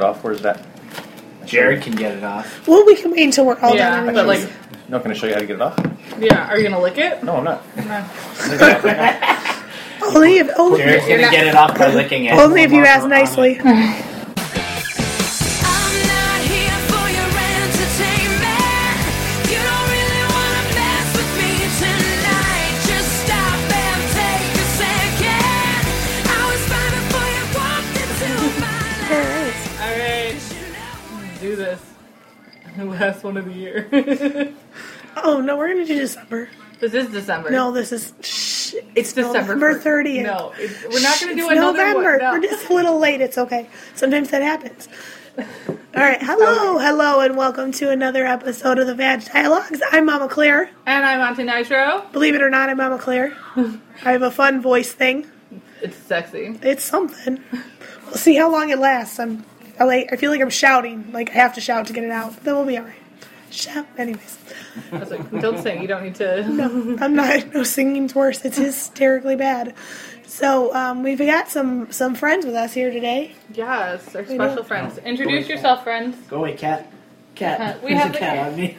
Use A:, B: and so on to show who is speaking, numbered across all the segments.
A: off? Where's that?
B: Jared can get it off.
C: Well, we can wait until we're all
D: yeah,
C: done.
D: but like,
A: Not going to show you how to get it off.
D: yeah, are you gonna lick it?
A: No, I'm not.
D: No.
C: only if only,
B: Jared's gonna get it off by licking it.
C: only if you ask nicely.
E: I'm not here for your entertainment. You don't really wanna mess with me tonight. Just stop and take a second. I was fine before you walked into my life.
D: All right,
E: You
D: do
E: know
D: this. Last one of the year.
C: Oh no, we're gonna do December.
D: this is December.
C: No, this is shh,
D: it's December
C: November
D: first.
C: thirtieth.
D: No, it's, we're not gonna do
C: It's
D: another
C: November.
D: one. No.
C: We're just a little late. It's okay. Sometimes that happens. All right. Hello, hello, and welcome to another episode of the Vag Dialogues. I'm Mama Claire.
D: and I'm Auntie Nitro.
C: Believe it or not, I'm Mama Claire. I have a fun voice thing.
D: It's sexy.
C: It's something. We'll see how long it lasts. I'm. I like. I feel like I'm shouting. Like I have to shout to get it out. But then we'll be all right. Shout. Anyways,
D: I was like, don't sing. You don't need to.
C: I'm not. No singing's worse. It's hysterically bad. So um, we've got some some friends with us here today.
D: Yes, our
C: know.
D: special friends. Introduce
B: Boys.
D: yourself, friends.
B: Go away, cat.
D: Uh,
B: Cat.
D: we
B: There's
D: have
B: a
D: the
B: cat
D: cat.
B: on me.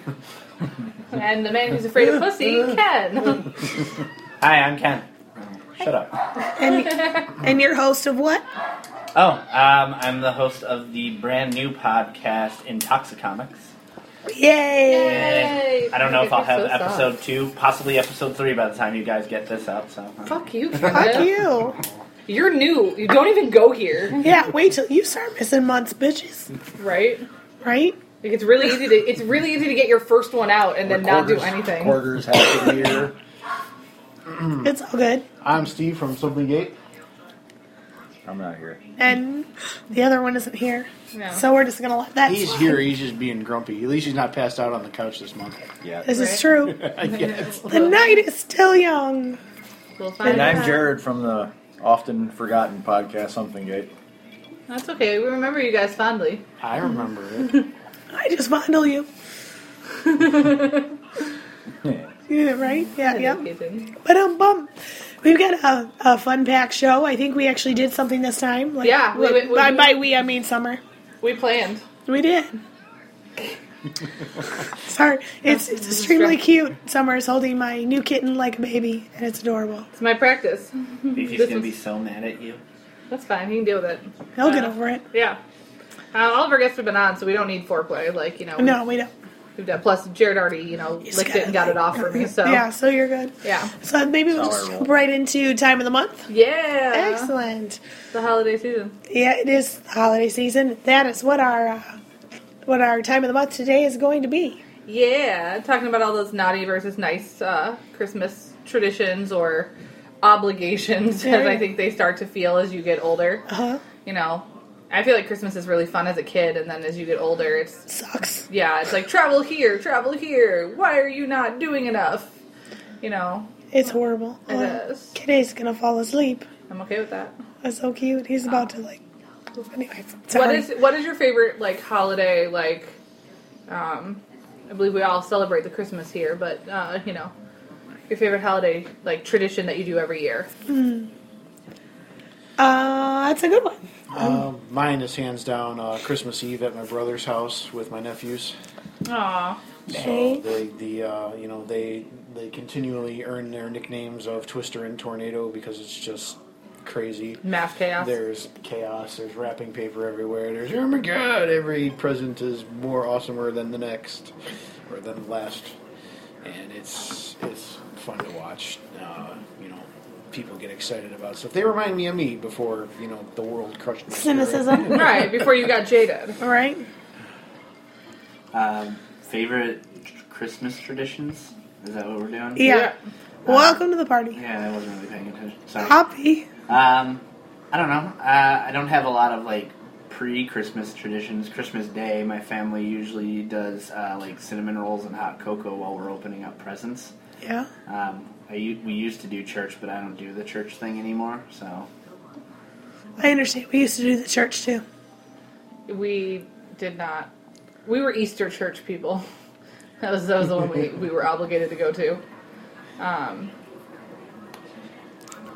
D: And the man who's afraid of pussy, Ken.
B: Hi, I'm Ken. Shut up.
C: and and your host of what?
B: Oh, um, I'm the host of the brand new podcast Intoxicomics.
C: Yay!
D: Yay.
B: I don't know if I'll have
D: So soft.
B: episode two, possibly episode three by the time you guys get this out. So uh,
D: Fuck you,
C: Fuck
D: Ken.
C: you.
D: You're new. You don't even go here,
C: Yeah, wait till you start missing months, bitches.
D: right?
C: Right?
D: Like it's really easy to it's really easy to get your first one out and then not do
F: Quarters-
D: anything.
F: Quarters half a year.
D: Hmm.
C: It's all good.
F: I'm Steve from Something Gate.
A: I'm not here.
C: And the other one isn't here,
D: No.
C: so we're just gonna let that.
F: He's
C: slide.
F: here. He's just being grumpy. At least he's not passed out on the couch this month.
A: Yeah.
C: This
D: Right.
C: is true.
F: I guess.
C: The night is still young.
D: We'll find
A: And I'm
C: uh,
D: out.
A: Jared from the often forgotten podcast Something Gate.
D: That's okay. We remember you guys fondly.
F: I remember it.
C: I just fondle you. Yeah, right? Yeah, yeah.
D: Dedicated.
C: But um, bum. We've got a, a fun pack show. I think we actually did something this time. Like,
D: Yeah, we- we- we-
C: by, by we, I mean summer.
D: We planned.
C: We did. Sorry, it's it's extremely cute. Summer's holding my new kitten like a baby, and it's adorable.
D: It's my practice.
B: Beefy's
D: This
B: gonna
D: is-
B: be so mad at you.
D: That's fine. He can deal with it.
C: He'll get over it.
D: Yeah. Uh, all of our guests have been on, so we don't need foreplay. Like you know, we-
C: No, we don't.
D: we've done. Plus, Jared already you know
C: He's
D: licked it and got it off for me. So
C: yeah, so you're good.
D: yeah,
C: So maybe we'll just
A: Tolerable.
C: jump right into time of the month.
D: yeah.
C: Excellent.
D: The holiday season.
C: Yeah, it is the holiday season. That is what our uh, what our time of the month today is going to be.
D: Yeah, talking about all those naughty versus nice uh, Christmas traditions or obligations, as I think they start to feel as you get older.
C: Uh huh.
D: You know, I feel like Christmas is really fun as a kid, and then as you get older, it's
C: Sucks.
D: yeah, it's like travel here, travel here. Why are you not doing enough? You know,
C: It's horrible.
D: It
C: Uh,
D: is.
C: Kiddo's gonna fall asleep.
D: I'm okay with that.
C: That's so cute. He's about to like. Anyway, sorry.
D: What is what is your favorite like holiday? Like, um, I believe we all celebrate the Christmas here, but uh, you know, your favorite holiday like tradition that you do every year.
C: Uh, that's a good one.
F: Um, mine is hands down uh, Christmas Eve at my brother's house with my nephews.
D: Aw.
F: So they, the uh, you know they they continually earn their nicknames of Twister and Tornado because it's just crazy.
D: Mass chaos.
F: There's chaos. There's wrapping paper everywhere. There's oh my god! Every present is more awesomer than the next, or than the last, and it's it's fun to watch. Uh, you know, people get excited about stuff. They remind me of me before you know the world crushed me.
C: Cynicism,
D: Right, before you got jaded.
C: all right?
B: Um, favorite Christmas traditions? Is that what we're doing?
C: Yeah. Welcome to the party,
B: Yeah, I wasn't really paying attention. Sorry.
C: Poppy.
B: Um, I don't know. Uh, I don't have a lot of like pre-Christmas traditions. Christmas Day, my family usually does uh, like cinnamon rolls and hot cocoa while we're opening up presents.
C: Yeah.
B: Um, I u- we used to do church, but I don't do the church thing anymore. So
C: I understand. We used to do the church too.
D: We did not. We were Easter church people. That was, that was the one we, we were obligated to go to. Um,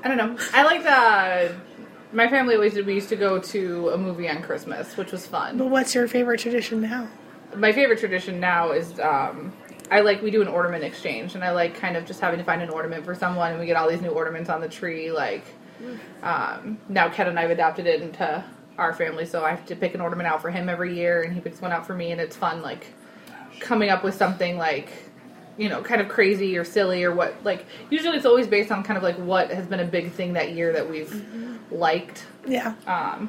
D: I don't know. I like the My family always did. We used to go to a movie on Christmas, which was fun.
C: But what's your favorite tradition now?
D: my favorite tradition now is um, I like we do an ornament exchange, and I like kind of just having to find an ornament for someone, and we get all these new ornaments on the tree. Like um, now, Ken and I've adopted it into our family, so I have to pick an ornament out for him every year, and he picks one out for me, and it's fun. Like coming up with something like you know kind of crazy or silly or what like usually it's always based on kind of like what has been a big thing that year that we've
C: Mm-hmm.
D: liked
C: Yeah.
D: Uh,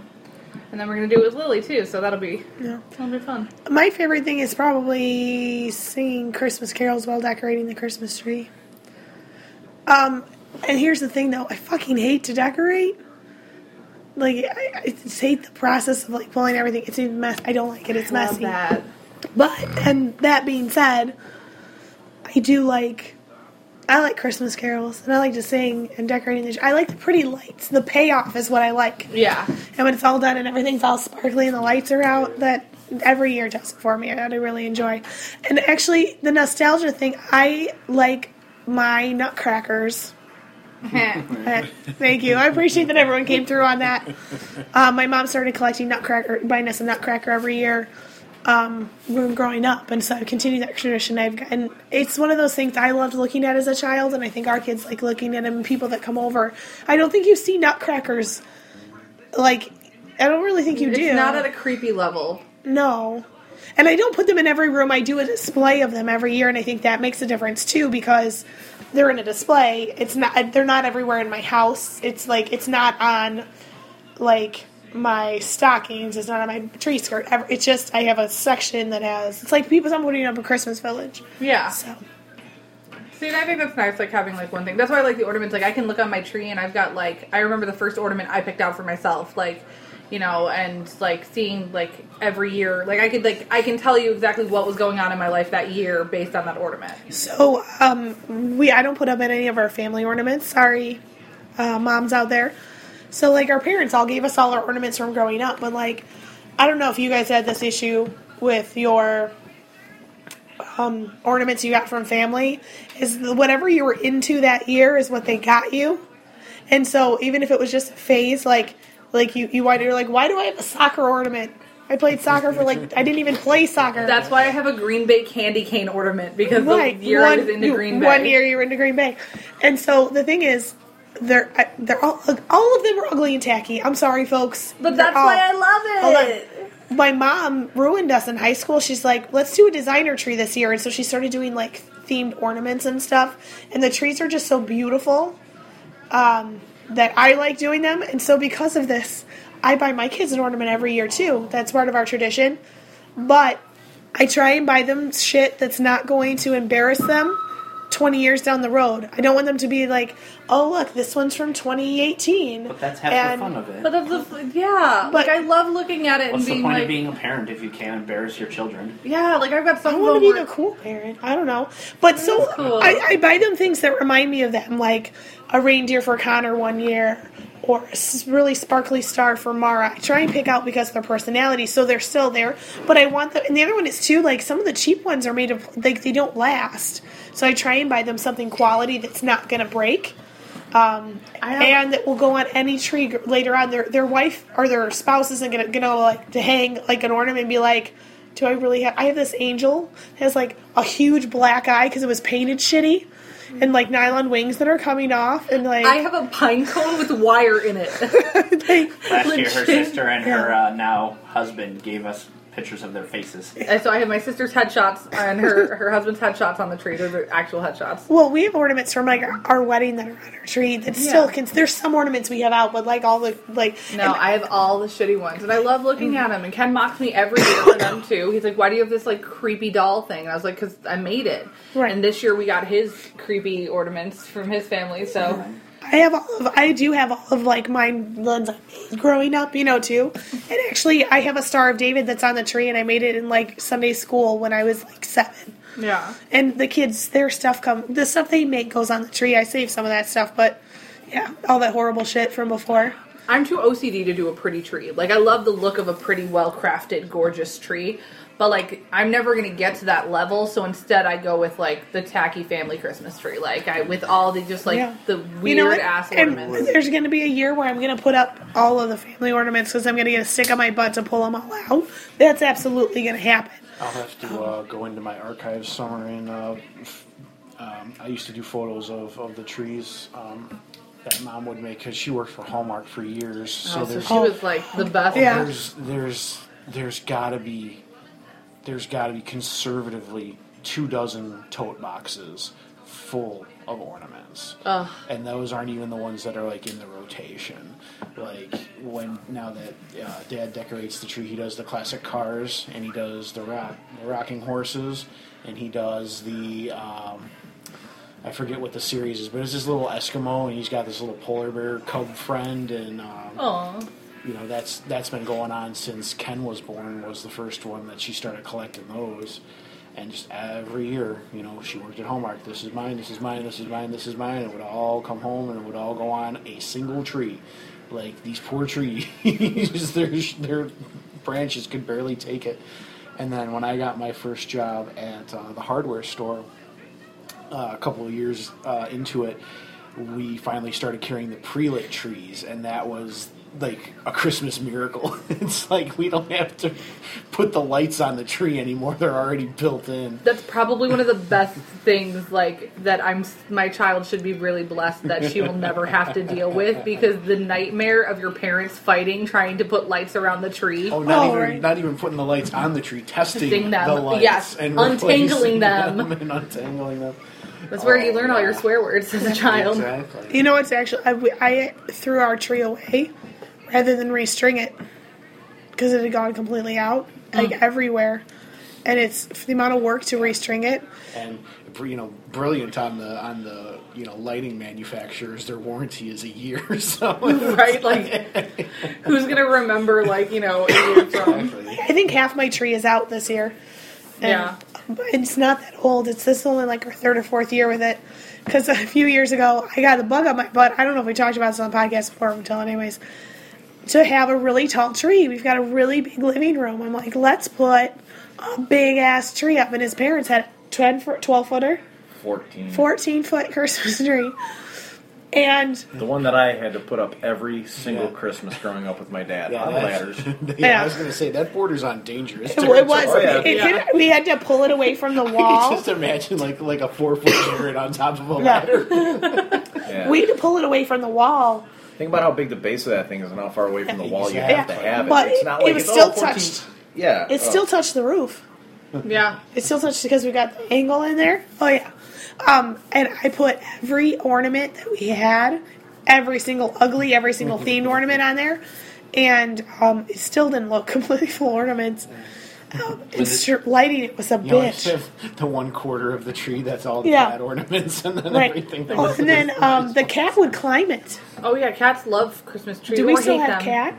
D: and then we're gonna do it with lily too so that'll be
C: No.
D: that'll be fun
C: My favorite thing is probably singing Christmas carols while decorating the Christmas tree. Um, and here's the thing though, I fucking hate to decorate. Like, I, I just hate the process of like pulling everything. It's a mess. I don't like it. It's
D: love
C: messy.
D: that
C: But and that being said, I do like I like Christmas carols and I like to sing and decorating the. I like the pretty lights. The payoff is what I like.
D: Yeah,
C: And when it's all done and everything's all sparkly and the lights are out, that every year does it for me. I really enjoy. And actually, the nostalgia thing, I like my nutcrackers. Uh, Thank you. I appreciate that everyone came through on that. Um, my mom started collecting nutcracker, buying us a nutcracker every year um, when growing up, and so I continued that tradition. I've gotten it's one of those things I loved looking at as a child, and I think our kids like looking at them. and People that come over, I don't think you see nutcrackers. Like, I don't really think you
D: it's
C: do.
D: not at a creepy level.
C: No. And I don't put them in every room. I do a display of them every year, and I think that makes a difference too because they're in a display. It's not they're not everywhere in my house. It's like it's not on like my stockings. It's not on my tree skirt. ever- It's just I have a section that has. It's like people. I'm putting up a Christmas village.
D: Yeah.
C: So
D: See, and I think that's nice, like having like one thing. That's why I like the ornaments. Like I can look on my tree and I've got like I remember the first ornament I picked out for myself, like you know, and like seeing like every year, like I could like I can tell you exactly what was going on in my life that year based on that ornament.
C: So um, we I don't put up any of our family ornaments. Sorry, uh, moms out there. So like our parents all gave us all our ornaments from growing up, but like I don't know if you guys had this issue with your um, ornaments you got from family. Is the- whatever you were into that year is what they got you, and so even if it was just a phase, like like you you why you're like why do I have a soccer ornament? I played soccer for like I didn't even play soccer.
D: That's why I have a Green Bay candy cane ornament because the year I was into
C: you-
D: Green Bay.
C: One year you were into Green Bay, and so the thing is, they're I- they're all all of them are ugly and tacky. I'm sorry, folks,
D: But
C: They're
D: that's
C: all-
D: why
C: Oh.
D: I love it.
C: my mom ruined us in high school. She's like, let's do a designer tree this year. And so she started doing like themed ornaments and stuff. And the trees are just so beautiful um, that I like doing them. And so because of this, I buy my kids an ornament every year too. That's part of our tradition. But I try and buy them shit that's not going to embarrass them 20 years down the road. I don't want them to be like, oh, look, this one's from 2018.
B: But that's half
C: And-
B: the fun of it.
D: But that's the yeah.
C: But-
D: like I love looking at it
B: What's
D: and
B: the
D: being
B: point
D: like,
B: of being a parent if you can't embarrass your children?
D: yeah. Like I've got some.
C: I
D: of
C: want to
D: them
C: be
D: where-
C: the cool parent. I don't know, but so
D: That's cool.
C: I, I buy them things that remind me of them, like a reindeer for Connor one year, or a s- really sparkly star for Mara. I try and pick out because of their personality, so they're still there. But I want them, and the other one is too. Like some of the cheap ones are made of like they don't last, so I try and buy them something quality that's not gonna break. Um,
D: have-
C: and that will go on any tree gr- later on. Their their wife or their spouse isn't gonna gonna like to hang like an ornament and be like, "Do I really have?" I have this angel that has like a huge black eye because it was painted shitty, and like nylon wings that are coming off, and like
D: I have a pine cone with wire in it.
C: like,
B: Last year, her
D: Legit.
B: sister and her uh, now husband gave us pictures of their faces.
D: And so I have my sister's headshots and her her husband's headshots on the tree. Those are actual headshots.
C: Well, we have ornaments from like our, our wedding that are on our tree. That still
D: Yeah.
C: can. There's some ornaments we have out, but like all the like.
D: No, I have all the shitty ones, and I love looking at them. And Ken mocks me every year for them too. He's like, "Why do you have this like creepy doll thing?" And I was like, "Cause I made it."
C: Right.
D: And this year we got his creepy ornaments from his family. So
C: I have all of I do have all of like mine ones I made growing up, you know, too. And actually, I have a Star of David that's on the tree, and I made it in like Sunday school when I was like seven.
D: yeah,
C: And the kids, their stuff come, the stuff they make goes on the tree. I save some of that stuff, but yeah, all that horrible shit from before.
D: I'm too OCD to do a pretty tree. Like I love the look of a pretty, well crafted, gorgeous tree, but like I'm never gonna get to that level. So instead, I go with like the tacky family Christmas tree, like I with all the just like
C: Yeah.
D: the weird
C: You know what?
D: ass
C: And
D: ornaments.
C: there's going to be a year where I'm going to put up all of the family ornaments because I'm going to get a stick on my butt to pull them all out. That's absolutely going to happen.
F: I'll have to uh, go into my archives somewhere and uh, f- um, I used to do photos of, of the trees um, that mom would make because she worked for Hallmark for years.
D: Oh,
F: so
D: so
F: there's
D: she was like the best.
C: Oh. Yeah.
F: there's there's there's gotta be there's gotta be conservatively two dozen tote boxes full of ornaments and those aren't even the ones that are like in the rotation like when now that uh, dad decorates the tree he does the classic cars and he does the rock the rocking horses and he does the um, I forget what the series is, but it's this little Eskimo, and he's got this little polar bear cub friend, and um,
D: Aw.
F: you know that's that's been going on since Ken was born was the first one that she started collecting those and just every year you know she worked at Hallmark this is mine this is mine this is mine this is mine it would all come home and it would all go on a single tree like these poor trees their their branches could barely take it and then when I got my first job at uh, the hardware store uh, a couple of years uh, into it, we finally started carrying the pre-lit trees, and that was like a Christmas miracle. it's like we don't have to put the lights on the tree anymore; they're already built in.
D: That's probably one of the best things, like that. I'm my child should be really blessed that she will never have to deal with because the nightmare of your parents fighting, trying to put lights around the tree,
F: Oh, not
C: Oh,
F: even
C: right.
F: not even putting the lights on the tree, testing
D: Testing them,
F: the lights,
D: yes,
F: and
D: untangling
F: replacing
D: them.
F: and untangling them.
D: That's where
F: Oh,
D: you learn all your
F: yeah.
D: swear words as a child.
F: Exactly.
C: You know, it's actually, I, we- I threw our tree away rather than restring it because it had gone completely out, like everywhere. And it's the amount of work to restring it.
F: and you know brilliant on the on the you know lighting manufacturers their warranty is a year so
D: Right? Like, who's going to remember, like, you know, a year from?
C: I think half my tree is out this year. And
D: Yeah.
C: It's not that old. It's this is only like our third or fourth year with it. Because a few years ago, I got a bug on my butt. I don't know if we talked about this on the podcast before. I'm telling, anyways. To have a really tall tree, we've got a really big living room. I'm like, let's put a big ass tree up. And his parents had a 10 foot, 12 footer,
A: 14.
C: 14 foot Christmas tree. And
A: The one that I had to put up every single
F: Yeah.
A: Christmas growing up with my dad
F: Yeah,
A: on
F: that's-
A: ladders.
F: yeah, I
C: Yeah.
F: was gonna say that borders on dangerous.
C: it, it was,
A: Oh, yeah.
C: it didn't- we had to pull it away from the
F: You
C: wall.
F: just imagine like like a four foot carrot on top of a
C: Yeah.
F: ladder.
A: Yeah.
C: We had to pull it away from the wall.
A: Think about how big the base of that thing is and how far away from the wall you have to have it.
C: But
A: it's not like
C: it was
A: it's
C: still
A: all 14
C: touched.
A: Yeah.
C: It
A: oh.
C: still touched the roof.
D: Yeah.
C: It still touched because we got the angle in there. Oh yeah. Um, and I put every ornament that we had, every single ugly, every single themed ornament on there, and um, it still didn't look completely full ornaments. Um, and stri- lighting it was a
F: You know, like
C: bitch.
F: the, the one quarter of the tree that's all the
C: Yeah.
F: bad ornaments and then
C: Right.
F: everything. that
C: Oh,
F: was-
C: and then um, the cat would climb it.
D: Oh, yeah, cats love Christmas trees.
C: Do
D: or
C: we still
D: hate
C: have
D: them.
C: cat?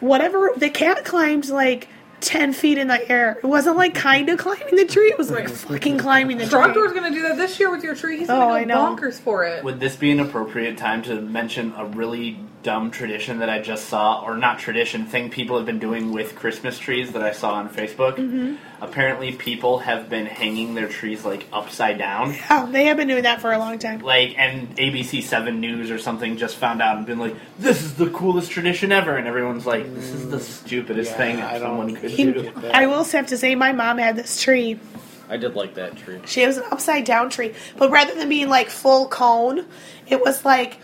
C: Whatever the cat climbed like ten feet in the air. It wasn't like kind of climbing the tree. It was like fucking climbing the
D: Trogdor's
C: tree.
D: going to do that this year with your tree. He's
C: Oh, I
D: going to go
C: know.
D: bonkers for it.
B: Would this be an appropriate time to mention a really dumb tradition that I just saw, or not tradition, thing people have been doing with Christmas trees that I saw on Facebook? Apparently, people have been hanging their trees like upside down.
C: Oh, they have been doing that for a long time.
B: Like, and ABC 7 News or something just found out and been like, this is the coolest tradition ever. And everyone's like, this is the stupidest
F: Yeah,
B: thing
F: I
B: that
F: don't
B: someone could
F: get
B: do.
F: that.
C: I will have to say, my mom had this tree.
A: I did like that tree.
C: She has an upside down tree, but rather than being like full cone, it was like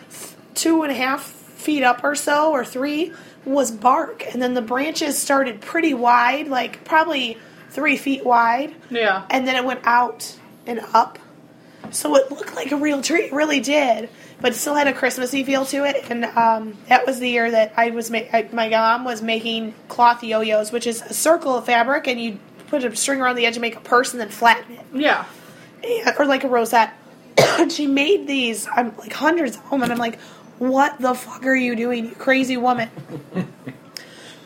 C: two and a half feet up or so, or three, was bark. And then the branches started pretty wide, like probably three feet wide.
D: Yeah.
C: And then it went out and up. So it looked like a real tree. It really did. But it still had a Christmassy feel to it. And um, that was the year that I was ma- I, my mom was making cloth yo-yos, which is a circle of fabric, and you put a string around the edge and make a purse and then flatten it.
D: Yeah.
C: Yeah, or like a rosette. and she made these. I'm like hundreds of them, and I'm like, what the fuck are you doing, you crazy woman?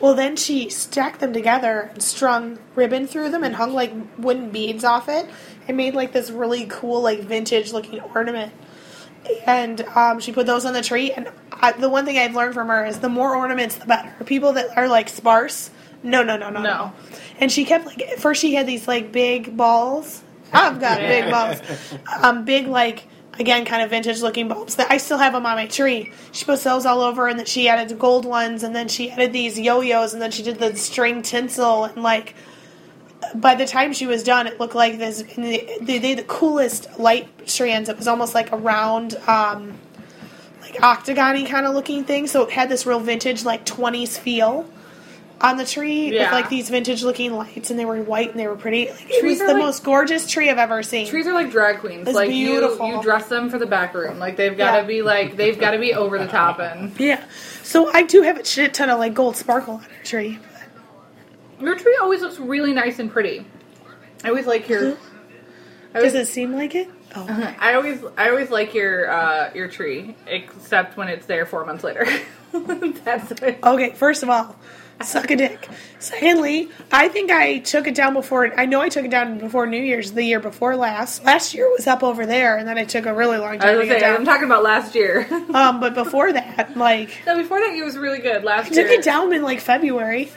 C: well, then she stacked them together and strung ribbon through them and hung like wooden beads off it and made like this really cool, like vintage looking ornament. and um, she put those on the tree. And I, the one thing I've learned from her is the more ornaments, the better. People that are like sparse, no, no, no, no, no.
D: No.
C: And she kept like at first she had these like big balls. I've got big balls, um, big like again kind of vintage looking bulbs that I still have 'em on my tree. She puts those all over, and then she added the gold ones, and then she added these yo-yos, and then she did the string tinsel, and like by the time she was done, it looked like this. and They they had the coolest light strands. It was almost like a round, um, like octagony kind of looking thing. So it had this real vintage, like twenties feel on the tree with
D: Yeah.
C: like these vintage looking lights, and they were white and they were pretty. Like, it was
D: Trees
C: the
D: are like-
C: most gorgeous tree I've ever seen.
D: Trees are like drag queens.
C: It's
D: like
C: beautiful.
D: you, you dress them for the back room. Like they've got to
C: Yeah.
D: be like they've got to be over the top and
C: yeah. So I do have a shit ton of like gold sparkle on her tree.
D: your tree always looks really nice and pretty. I always like your. I
C: Does
D: always,
C: it seem like it? Oh.
D: I always I always like your uh, your tree, except when it's there four months later. That's what,
C: Okay, first of all, suck a dick. Secondly, I think I took it down before. I know I took it down before New Year's the year before last. Last year was up over there, and then it took a really long
D: I
C: time to
D: was
C: get
D: gonna say,
C: down.
D: I'm talking about last year.
C: Um, but before that, like,
D: no, before that, it was really good. Last
C: I took
D: year,
C: it down in like February.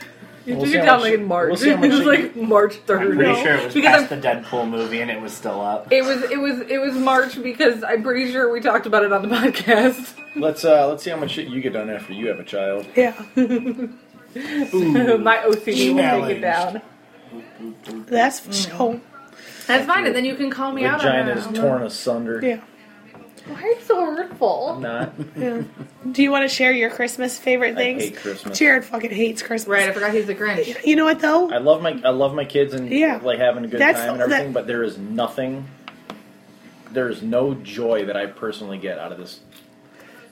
D: You
A: We'll
D: took
A: see
D: it
A: how
D: down
A: much-
D: like in March.
A: we'll see how
D: it
A: much
D: was
A: you-
D: like March third.
B: I'm pretty sure it was
D: because
B: past
D: I'm-
B: the Deadpool movie and it was still up.
D: It was it was it was March because I'm pretty sure we talked about it on the podcast.
A: Let's uh, let's see how much shit you get done after you have a child.
C: Yeah,
D: My OCD will take
F: Challenge.
D: it down.
C: that's for
A: Mm-hmm.
C: sure.
D: That's fine, and then you can call me out on
A: Vagina
D: it.
A: is torn asunder.
C: Yeah.
D: Why are you so hurtful?
A: Not
C: yeah. Do you want to share your Christmas favorite
A: I
C: things?
A: hate Christmas.
C: Jared fucking hates Christmas.
D: Right, I forgot he's a Grinch.
C: You know what though?
A: I love my I love my kids and
C: Yeah.
A: like having a good
C: That's-
A: time and everything,
C: that-
A: but there is nothing. There is no joy that I personally get out of this.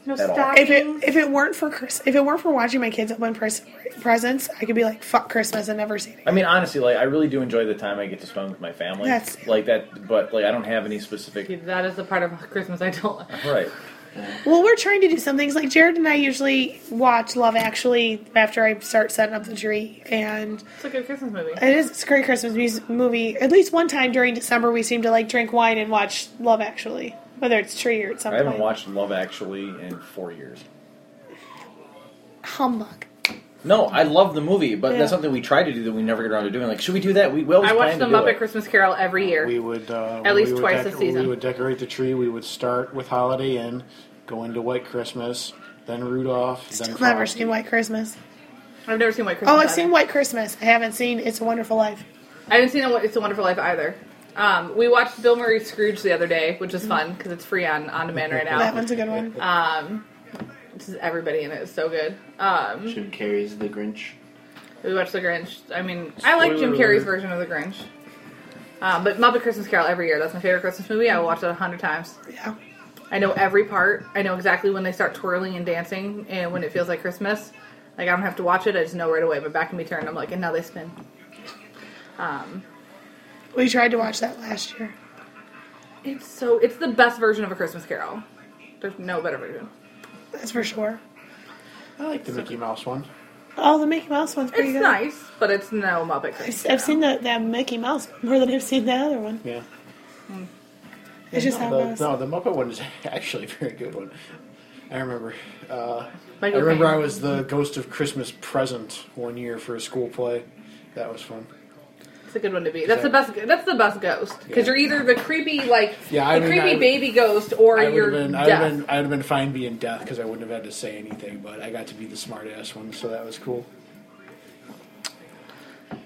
D: No
A: At all.
C: If it if it weren't for Chris, if it weren't for watching my kids open pres- presents, I could be like fuck Christmas and never see it.
A: I mean, honestly, like I really do enjoy the time I get to spend with my family.
C: That's-
A: like that, but like I don't have any specific.
D: That is the part of Christmas I don't like.
A: Right.
C: Well, we're trying to do some things. Like Jared and I usually watch Love Actually after I start setting up the tree, and
D: It's a good Christmas movie.
C: it is it's a great Christmas mus- movie. At least one time during December, we seem to like drink wine and watch Love Actually, whether it's tree or it's
A: I
C: something.
A: haven't watched Love Actually in four years.
C: Humbug.
A: No, I love the movie, but
C: Yeah.
A: that's something we try to do that we never get around to doing. Like, should we do that? We, we always
D: I watch
A: plan
D: the
A: to do
D: Muppet
A: it.
D: Christmas Carol every year.
F: We would uh,
D: At least
F: we would
D: twice a season.
F: We would decorate the tree. We would start with Holiday Inn, go into White Christmas, then Rudolph, then
C: Still never
F: Frosty.
C: seen White Christmas.
D: I've never seen White Christmas.
C: Oh, I've
D: either.
C: seen White Christmas. I haven't seen It's a Wonderful Life.
D: I haven't seen It's a Wonderful Life either. Um, we watched Bill Murray Scrooge the other day, which is fun because it's free on on demand right
C: That
D: now.
C: one's a good one.
D: This is everybody in it is so good. Um,
B: Jim Carrey's The Grinch.
D: we watched The Grinch. I mean, I like Jim
A: Spoiler
D: Carrey's
A: alert.
D: version of The Grinch. Um, but Muppet Christmas Carol every year. That's my favorite Christmas movie. I watch it a hundred times.
C: yeah.
D: I know every part. I know exactly when they start twirling and dancing and when it feels like Christmas. Like I don't have to watch it. I just know right away. My back can be turned. I'm like, and now they spin.
C: We tried to watch that last year.
D: It's so. It's the best version of a Christmas Carol. There's no better version.
C: That's for sure.
F: I like the Mickey Mouse one.
C: Oh, the Mickey Mouse one's pretty
D: It's
C: good.
D: nice, but it's no Muppet Christmas.
C: I've seen the, that Mickey Mouse one more than I've seen the other one.
F: Yeah.
C: It's just how
F: The,
C: it goes.
F: no, the Muppet one is actually a very good one. I remember. Uh, I
D: Michael
F: remember
D: Caine.
F: I was the Ghost of Christmas Present one year for a school play. That was fun.
D: It's a good one to be. That's the
F: that-
D: best. That's the best ghost because
F: Yeah.
D: you're either the creepy like
F: Yeah, I
D: the
F: mean,
D: creepy
F: I-
D: baby ghost or
F: I would
D: you're
F: have been, I would
D: death.
F: have been, I would have been fine being deaf because I wouldn't have had to say anything. But I got to be the smart ass one, so that was cool.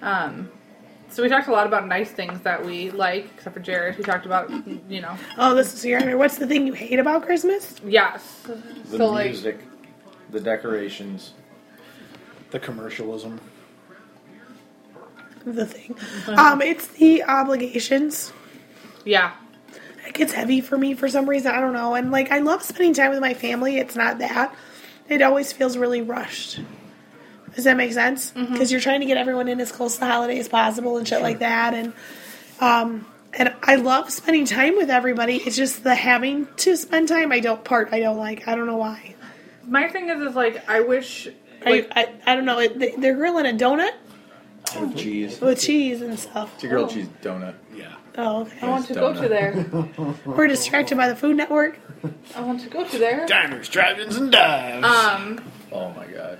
D: Um, So we talked a lot about nice things that we like, except for Jared, who talked about you know
C: Oh, this is your honor. What's the thing you hate about Christmas?
D: yes.
A: The
D: so like
A: music, the decorations.
F: The commercialism.
C: The thing. Um, it's the obligations.
D: yeah,
C: It gets heavy for me for some reason. I don't know. And like, I love spending time with my family. It's not that. It always feels really rushed. Does that make sense? Because you're trying to get everyone in as close to the holiday as possible and shit like that. And um, and I love spending time with everybody. It's just the having to spend time. I don't part. I don't like. I don't know why.
D: my thing is is like I wish
C: I,
D: like
C: I, I don't know. It, they- they're grilling a donut
A: With cheese.
C: Oh. with cheese and stuff.
A: It's a grilled cheese donut.
F: Yeah.
C: Oh, okay.
D: I want to go
A: don't
D: to
A: know.
D: there.
C: We're distracted by the Food Network.
D: I want to go to there.
F: Diners, drive-ins, and dives.
D: Um,
A: Oh my god.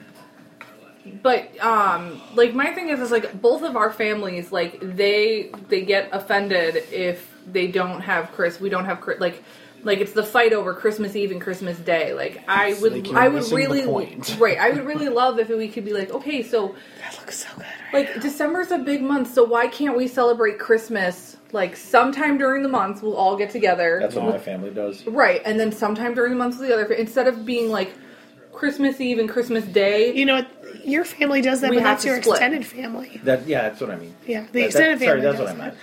D: but um, like my thing is, is like both of our families, like they they get offended if they don't have Chris. We don't have Chris. Like, like it's the fight over Christmas Eve and Christmas Day. Like I
F: Like
D: would,
F: you're
D: I would
F: missing the
D: really,
F: point.
D: right? I would really love if we could be like, okay, so
C: That looks so good. Right?
D: Like December's a big month, so why can't we celebrate Christmas? Like sometime during the month, we'll all get together,
A: That's
C: Oh.
A: what my family does.
D: right? And then sometime during the month, the other instead of being like Christmas Eve and Christmas Day,
C: You know, what? your family does that,
D: We
C: but
D: have
C: that's
D: to
C: your
D: split.
C: extended family.
A: That yeah, that's what I mean.
C: Yeah,
A: That-
C: the
A: that-
C: extended
A: Sorry,
C: family.
A: that's
C: does
A: what I meant.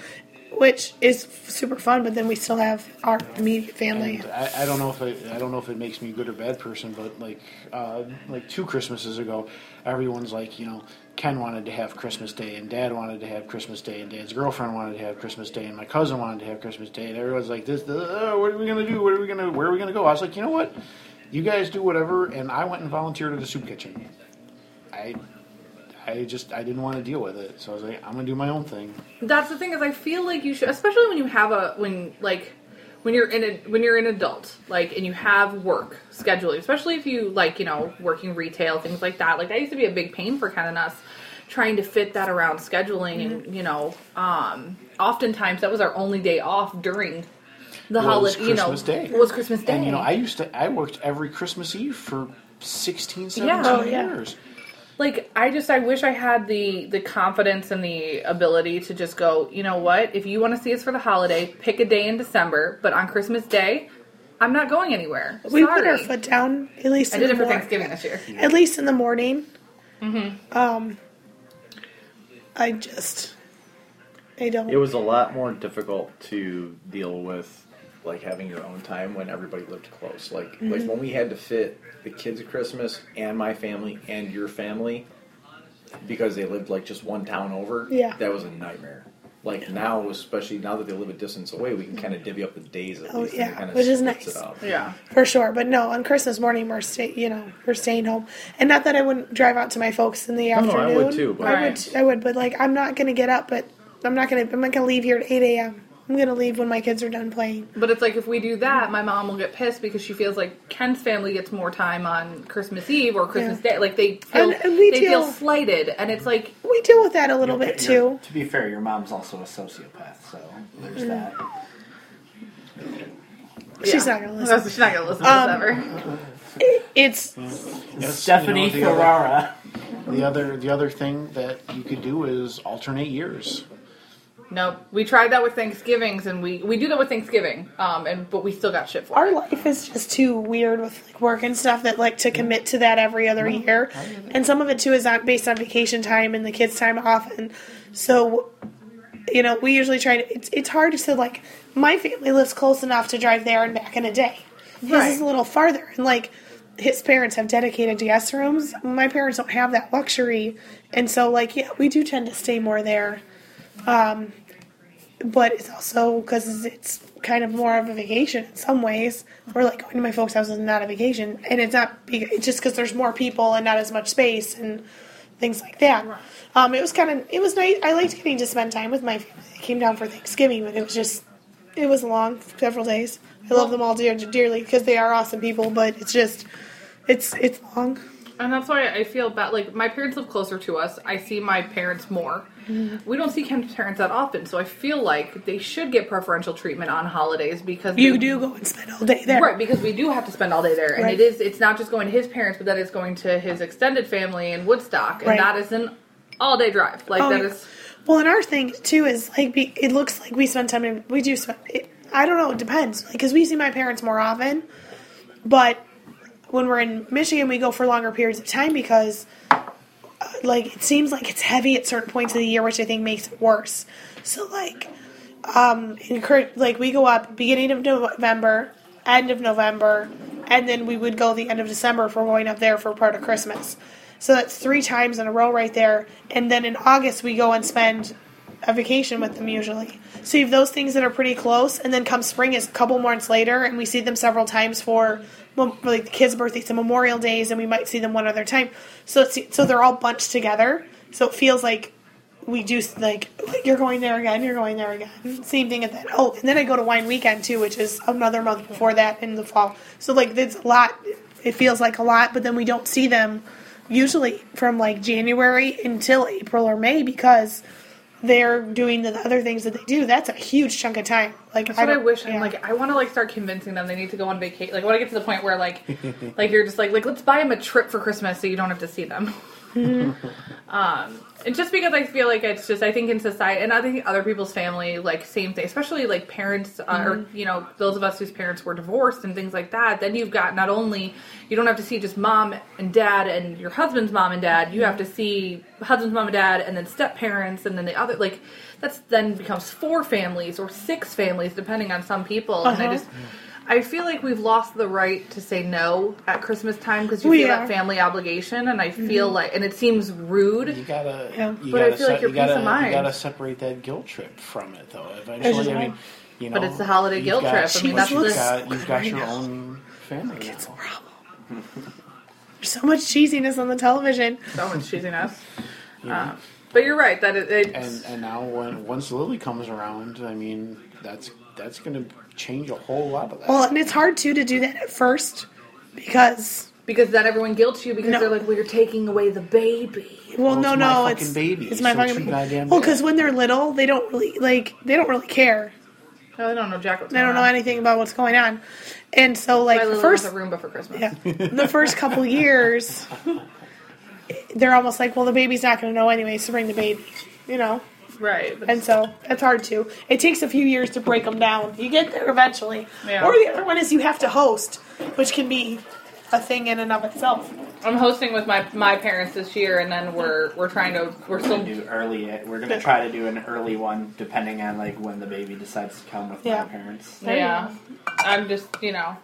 C: that, Which is f- super fun, but then we still have our immediate family.
F: And
D: uh,
F: I, I don't know if it, I don't know if it makes me a good or bad person, but like uh, like two Christmases ago, everyone's like, you know, Ken wanted to have Christmas Day, and Dad wanted to have Christmas Day, and Dad's girlfriend wanted to have Christmas Day, and my cousin wanted to have Christmas Day, and everyone's like, this, uh, what are we gonna do? What are we gonna? Where are we gonna go? I was like, you know what? You guys do whatever, and I went and volunteered at the soup kitchen. I. I just I didn't want to deal with it, so I was like, I'm gonna do my own thing.
D: that's the thing is I feel like you should, especially when you have a when like when you're in a when you're an adult, like and you have work scheduling, especially if you like you know working retail things like that. Like that used to be a big pain for Ken and us trying to fit that around scheduling and you know um oftentimes that was our only day off during the
F: was
D: holiday you know
F: Christmas Day.
D: was christmas day
F: And you know, I used to I worked every Christmas Eve for 16, 17
D: Yeah. Oh,
C: yeah.
F: years.
D: like i just i wish i had the the confidence and the ability to just go you know what if you want to see us for the holiday pick a day in december but on christmas day i'm not going anywhere
C: We
D: Sorry.
C: put our foot down at least.
D: i
C: in
D: did
C: the
D: it for
C: mor-
D: thanksgiving Mm-hmm. this year
C: At least in the morning. Um, I just I don't.
A: It was a lot more difficult to deal with like having your own time when everybody lived close. Like
C: Mm-hmm.
A: like when we had to fit the kids at Christmas and my family and your family because they lived like just one town over.
C: Yeah.
A: That was a nightmare. Like now, especially now that they live a distance away, we can kind of divvy up the days at
C: Oh,
A: least. and it
C: yeah,
A: kinda
C: which is
A: splits
C: nice.
A: It up.
D: yeah
C: For sure, but no, on Christmas morning we're stay, you know, we're staying home, and not that I wouldn't drive out to my folks in the
A: no,
C: afternoon.
A: Oh, I would too, but-
C: I would, I would, but like I'm not gonna get up, but I'm not gonna, I'm not gonna leave here at 8 a.m. I'm gonna leave when my kids are done playing.
D: but it's like if we do that my mom will get pissed because she feels like ken's family gets more time on christmas eve or christmas
C: Yeah.
D: day like they feel,
C: And- and we
D: they feel
C: deal-
D: slighted and it's like
C: We deal with that a little bit too. Mm.
B: To be fair, your mom's also a sociopath, so there's that.
C: She's
D: yeah.
C: not gonna listen.
D: she's not gonna listen
C: Um,
D: to this ever
C: It's
B: Stephanie
F: you know, the other-
B: Ferrara.
F: The other the other thing that you could do is alternate years.
D: No, we tried that with Thanksgivings, and we we do that with Thanksgiving, um, and but we still got shit for
C: our
D: it.
C: life is just too weird with like work and stuff that like to commit to that every other year, and some of it too is on based on vacation time and the kids' time off, and so you know we usually try to. It's it's hard to like my family lives close enough to drive there and back in a day. His is
D: Right.
C: a little farther, and like his parents have dedicated guest rooms. My parents don't have that luxury, and so like yeah, we do tend to stay more there. But it's also because it's kind of more of a vacation in some ways. We're like going to my folks' house is not a vacation, and it's not. be- It's just because there's more people and not as much space and things like that. Um, it was kind of it was nice. I liked getting to spend time with my family. They came down for Thanksgiving, but it was just it was long, several days. I love them all dear, dearly because they are awesome people, but it's just it's it's long.
D: And that's why I feel bad. Like my parents live closer to us. I see my parents more.
C: Mm-hmm.
D: We don't see Ken's parents that often, so I feel like they should get preferential treatment on holidays because
C: You
D: they-
C: do go and spend all day there,
D: Right, because we do have to spend all day there, and
C: Right.
D: it is—it's not just going to his parents, but that is going to his extended family in Woodstock, and
C: Right.
D: that is an all-day drive. Like
C: Oh,
D: that
C: yeah.
D: is
C: Well, and our thing too is like be, it looks like we spend time. In, we do spend. It, I don't know. It depends. Like because we see my parents more often, but when we're in Michigan, we go for longer periods of time because uh, like it seems like it's heavy at certain points of the year, which I think makes it worse. So like, um, encourage like we go up beginning of November, end of November, and then we would go the end of December if we're going up there for part of Christmas. So that's three times in a row right there. And then in August we go and spend a vacation with them usually. So you have those things that are pretty close, and then come spring is a couple months later, and we see them several times for, mem- for like the kids' birthdays and Memorial Days, and we might see them one other time. So it's, so they're all bunched together. So it feels like we do like you're going there again, you're going there again. Same thing at that. Oh, and then I go to Wine Weekend too, which is another month before that in the fall. So like it's a lot. It feels like a lot, but then we don't see them usually from like January until April or May because they're doing the other things that they do. That's a huge chunk of time. Like
D: That's what I
C: don't-
D: wish. I'm
C: yeah.
D: like, I want to like start convincing them they need to go on vacation. Like, I want to get to the point where like, like you're just like, like let's buy them a trip for Christmas so you don't have to see them. um, and just because I feel like it's just, I think in society, and I think other people's family, like same thing, especially like parents uh, or
C: Mm-hmm.
D: you know those of us whose parents were divorced and things like that. Then you've got not only you don't have to see just mom and dad and your husband's mom and dad. You have to see husband's mom and dad, and then step parents, and then the other like that's then becomes four families or six families depending on some people and
C: Uh-huh.
D: i just i feel like we've lost the right to say no at christmas time because you
C: We
D: feel
C: are. Mm-hmm.
D: that family obligation and i feel like and it seems rude
F: You gotta,
C: Yeah.
F: you
D: But I
F: gotta,
D: feel like
F: se-
D: your
F: you
D: peace of
F: gotta,
D: mind-
F: You gotta separate that guilt trip from it, though. Eventually, I
C: right.
F: mean, you know,
D: But it's the holiday
F: you've
D: guilt
F: got-
D: trip. I
F: but
C: mean, that's
F: you've
C: the-
F: got, you've got
C: I
F: your
C: know.
F: own family.
C: It's a
F: Now.
C: problem. There's so much cheesiness on the television.
D: someone's choosing us
F: you know?
D: um, but you're right that it, it's
F: and and now when once Lily comes around, I mean, that's that's gonna change a whole lot of that.
C: Well, and it's hard too to do that at first because
D: because then everyone guilts you because
C: No.
D: they're like well you're taking away the baby
C: well, no,
F: Well, it's my
C: no,
F: fucking
C: it's
F: baby,
C: It's my
F: so
C: fucking
F: too
C: baby.
F: goddamn
C: Well,
F: bad.
C: because when they're little, they don't really like they don't really care.
D: i don't know jack what's
C: They don't
D: going
C: know
F: Uh-huh.
D: on.
C: anything about what's going on, and so
D: That's
C: like
D: why
C: the
D: Lily
C: first
D: wants a Roomba for Christmas.
C: yeah, the first couple years, they're almost like, well, the baby's not going to know anyway, so bring the baby, you know.
D: Right. But
C: And so that's hard too. It takes a few years to break them down. You get there eventually.
D: Yeah.
C: Or the other one is you have to host, which can be a thing in and of itself.
D: I'm hosting with my my parents this year, and then we're we're trying to
B: We're
D: we're still
B: gonna do early. We're gonna try to do an early one, depending on like when the baby decides to come with
C: Yeah.
B: my parents.
C: There you
D: Yeah. I'm just, you know,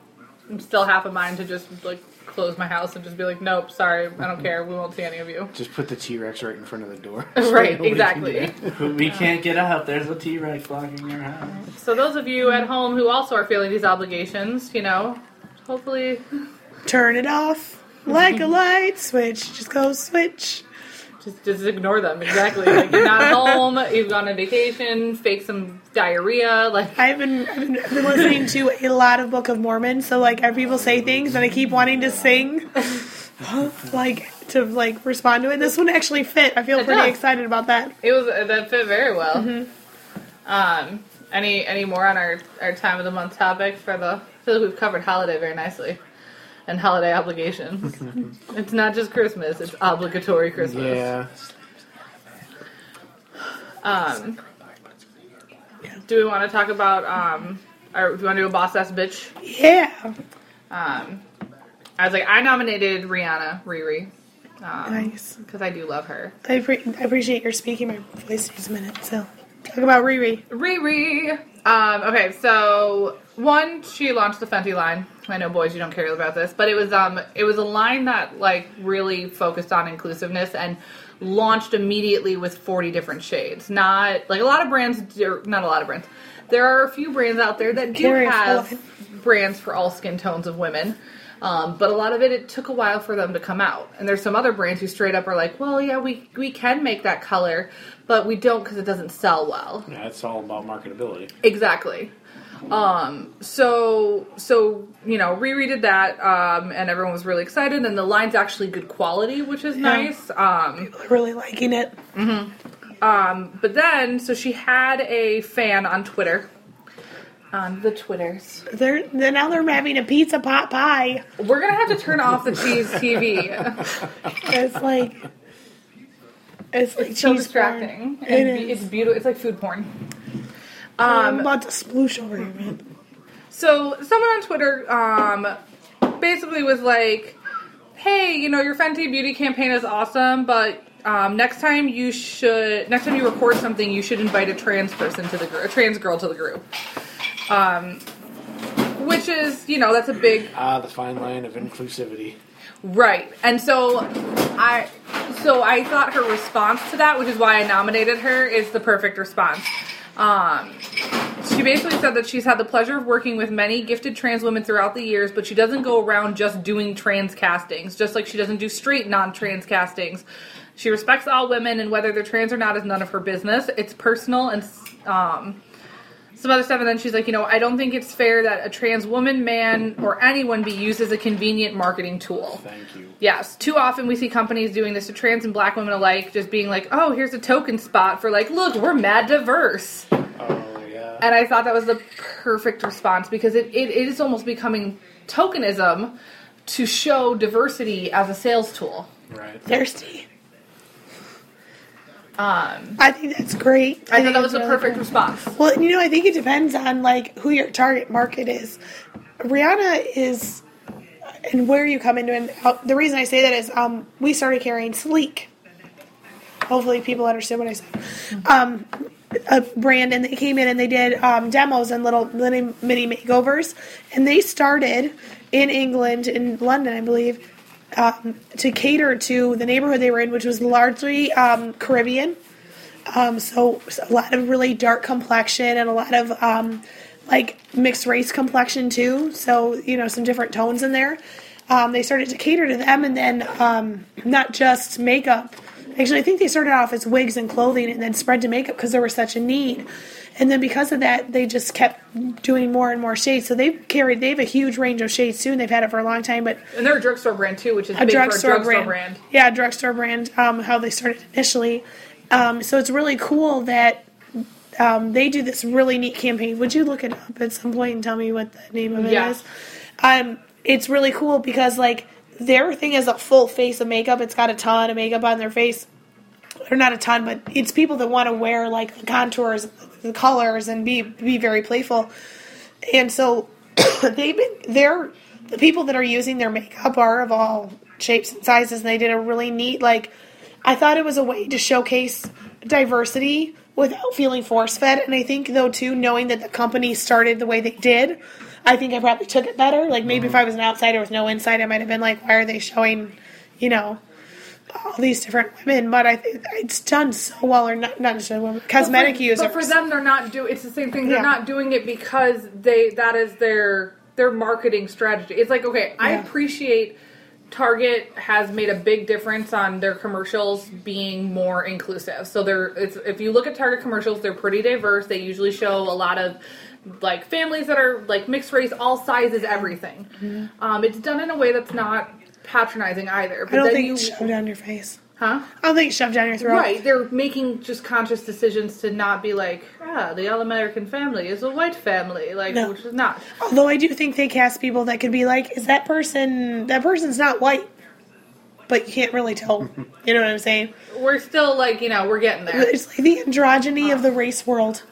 D: I'm still half a mind to just like close my house and just be like, nope, sorry, I don't care. We won't see any of you.
F: Just put the T Rex right in front of the door.
D: Right, exactly.
B: we can't get out. There's a T Rex blocking your house.
D: So those of you at home who also are feeling these obligations, you know, hopefully
C: Turn it off like a light switch. Just go switch.
D: just just ignore them. Exactly. Like you're not home, you've gone on vacation, fake some diarrhea, like
C: I've been, I've been, I've been listening to a lot of Book of Mormon, so like I- people say things and I keep wanting to sing, like to like respond to it. This one actually fit. I feel
D: It
C: pretty
D: does.
C: excited about that.
D: it was that fit very well. Um any any more on our, our time of the month topic for the I feel like we've covered holiday very nicely. And holiday obligations. it's not just Christmas, it's obligatory Christmas.
F: Yeah.
D: Um Do we want to talk about um or do you want to do a boss ass bitch?
C: Yeah,
D: Um I was like I nominated Rihanna Riri. Um
C: nice.
D: because I do love her.
C: I, appre I appreciate your speaking my voice needs a minute. So talk about Riri.
D: Riri. Um, okay, so one, she launched the Fenty line. I know, boys, you don't care about this, but it was um, it was a line that like really focused on inclusiveness and launched immediately with forty different shades. Not like a lot of brands, do, not a lot of brands. There are a few brands out there that do
C: Curious,
D: have
C: okay.
D: brands for all skin tones of women. Um, but a lot of it, it took a while for them to come out. And there's some other brands who straight up are like, well, yeah, we, we can make that color, but we don't because it doesn't sell well.
F: Yeah, it's all about marketability.
D: Exactly. Um, so, so, you know, Riri did that, um, and everyone was really excited, and the line's actually good quality, which is nice. Um,
C: Really liking it.
D: but then, so she had a fan on Twitter. On the Twitters.
C: They're, they're now they're having a pizza pot pie.
D: We're gonna have to turn off the cheese TV.
C: It's like it's like
D: It's so
C: cheese
D: distracting.
C: Porn.
D: And
C: It
D: be-
C: is.
D: It's beautiful. It's like food porn. Um,
C: I'm about to sploosh over here, man.
D: So someone on Twitter um, basically was like, "Hey, you know your Fenty Beauty campaign is awesome, but um, next time you should next time you record something, you should invite a trans person to the group, a trans girl to the group." Um, which is you know that's a big
F: Ah, the fine line of inclusivity.
D: Right. And so I so I thought her response to that, which is why I nominated her, is the perfect response. Um she basically said that she's had the pleasure of working with many gifted trans women throughout the years, but she doesn't go around just doing trans castings, just like she doesn't do straight non trans castings. She respects all women, and whether they're trans or not is none of her business. It's personal and um, some other stuff. And then she's like, you know, I don't think it's fair that a trans woman, man, or anyone be used as a convenient marketing tool.
F: Thank you.
D: Yes, too often we see companies doing this to trans and black women alike, just being like, oh, here's a token spot for, like, look, we're mad diverse.
F: Oh yeah.
D: And I thought that was the perfect response because it, it, it is almost becoming tokenism to show diversity as a sales tool.
F: right.
C: Thirsty. Um, I think that's great.
D: I thought that was
C: it's
D: the
C: really
D: perfect
C: cool.
D: response.
C: Well, you know, I think it depends on like who your target market is. Rihanna is, and where you come into. And out, the reason I say that is, um, we started carrying Sleek. Hopefully, people understood what I said. Um, a brand, and they came in and they did um, demos and little mini, mini makeovers, and they started in England, in London, I believe, um, to cater to the neighborhood they were in, which was largely um, Caribbean. Um, so, so a lot of really dark complexion and a lot of um, like mixed race complexion too. So you know some different tones in there. Um, they started to cater to them, and then um, not just makeup. Actually, I think they started off as wigs and clothing, and then spread to makeup because there was such a need. And then because of that, they just kept doing more and more shades. So they've carried they have a huge range of shades too, and they've had it for a long time. But
D: And they're a drugstore brand too, which is
C: a
D: big
C: drugstore,
D: for a drugstore
C: brand.
D: brand.
C: Yeah, a drugstore brand. Um, how they started initially. Um, so it's really cool that um, they do this really neat campaign. Would you look it up at some point and tell me what the name of it is?
D: Yeah.
C: Um, it's really cool because like their thing is a full face of makeup. It's got a ton of makeup on their face, or not a ton, but it's people that want to wear like the contours, the colors, and be be very playful. And so they've been they're the people that are using their makeup are of all shapes and sizes and they did a really neat like I thought it was a way to showcase diversity without feeling force fed and I think though too knowing that the company started the way they did I think I probably took it better like maybe if I was an outsider with no insight I might have been like why are they showing you know all these different women but I think it's done so well or not not just women cosmetic
D: but for,
C: users
D: But for them, they're not do. It's the same thing. They're
C: Yeah.
D: not doing it because they that is their their marketing strategy. It's like okay, I
C: Yeah.
D: appreciate Target has made a big difference on their commercials being more inclusive. So they're it's if you look at Target commercials, they're pretty diverse. They usually show a lot of like families that are like mixed race, all sizes, everything. Um, it's done in a way that's not patronizing either. But
C: Mm-hmm. I don't
D: then
C: think
D: you,
C: it's shoved down your face
D: huh?
C: I don't think it's shoved down your throat
D: Right, they're making just conscious decisions to not be like, ah, the all American family is a white family, like
C: No.
D: which is not.
C: Although I do think they cast people that could be like, is that person, that person's not white. But you can't really tell. You know what I'm saying?
D: We're still like, you know, we're getting there.
C: It's like the androgyny of the race world.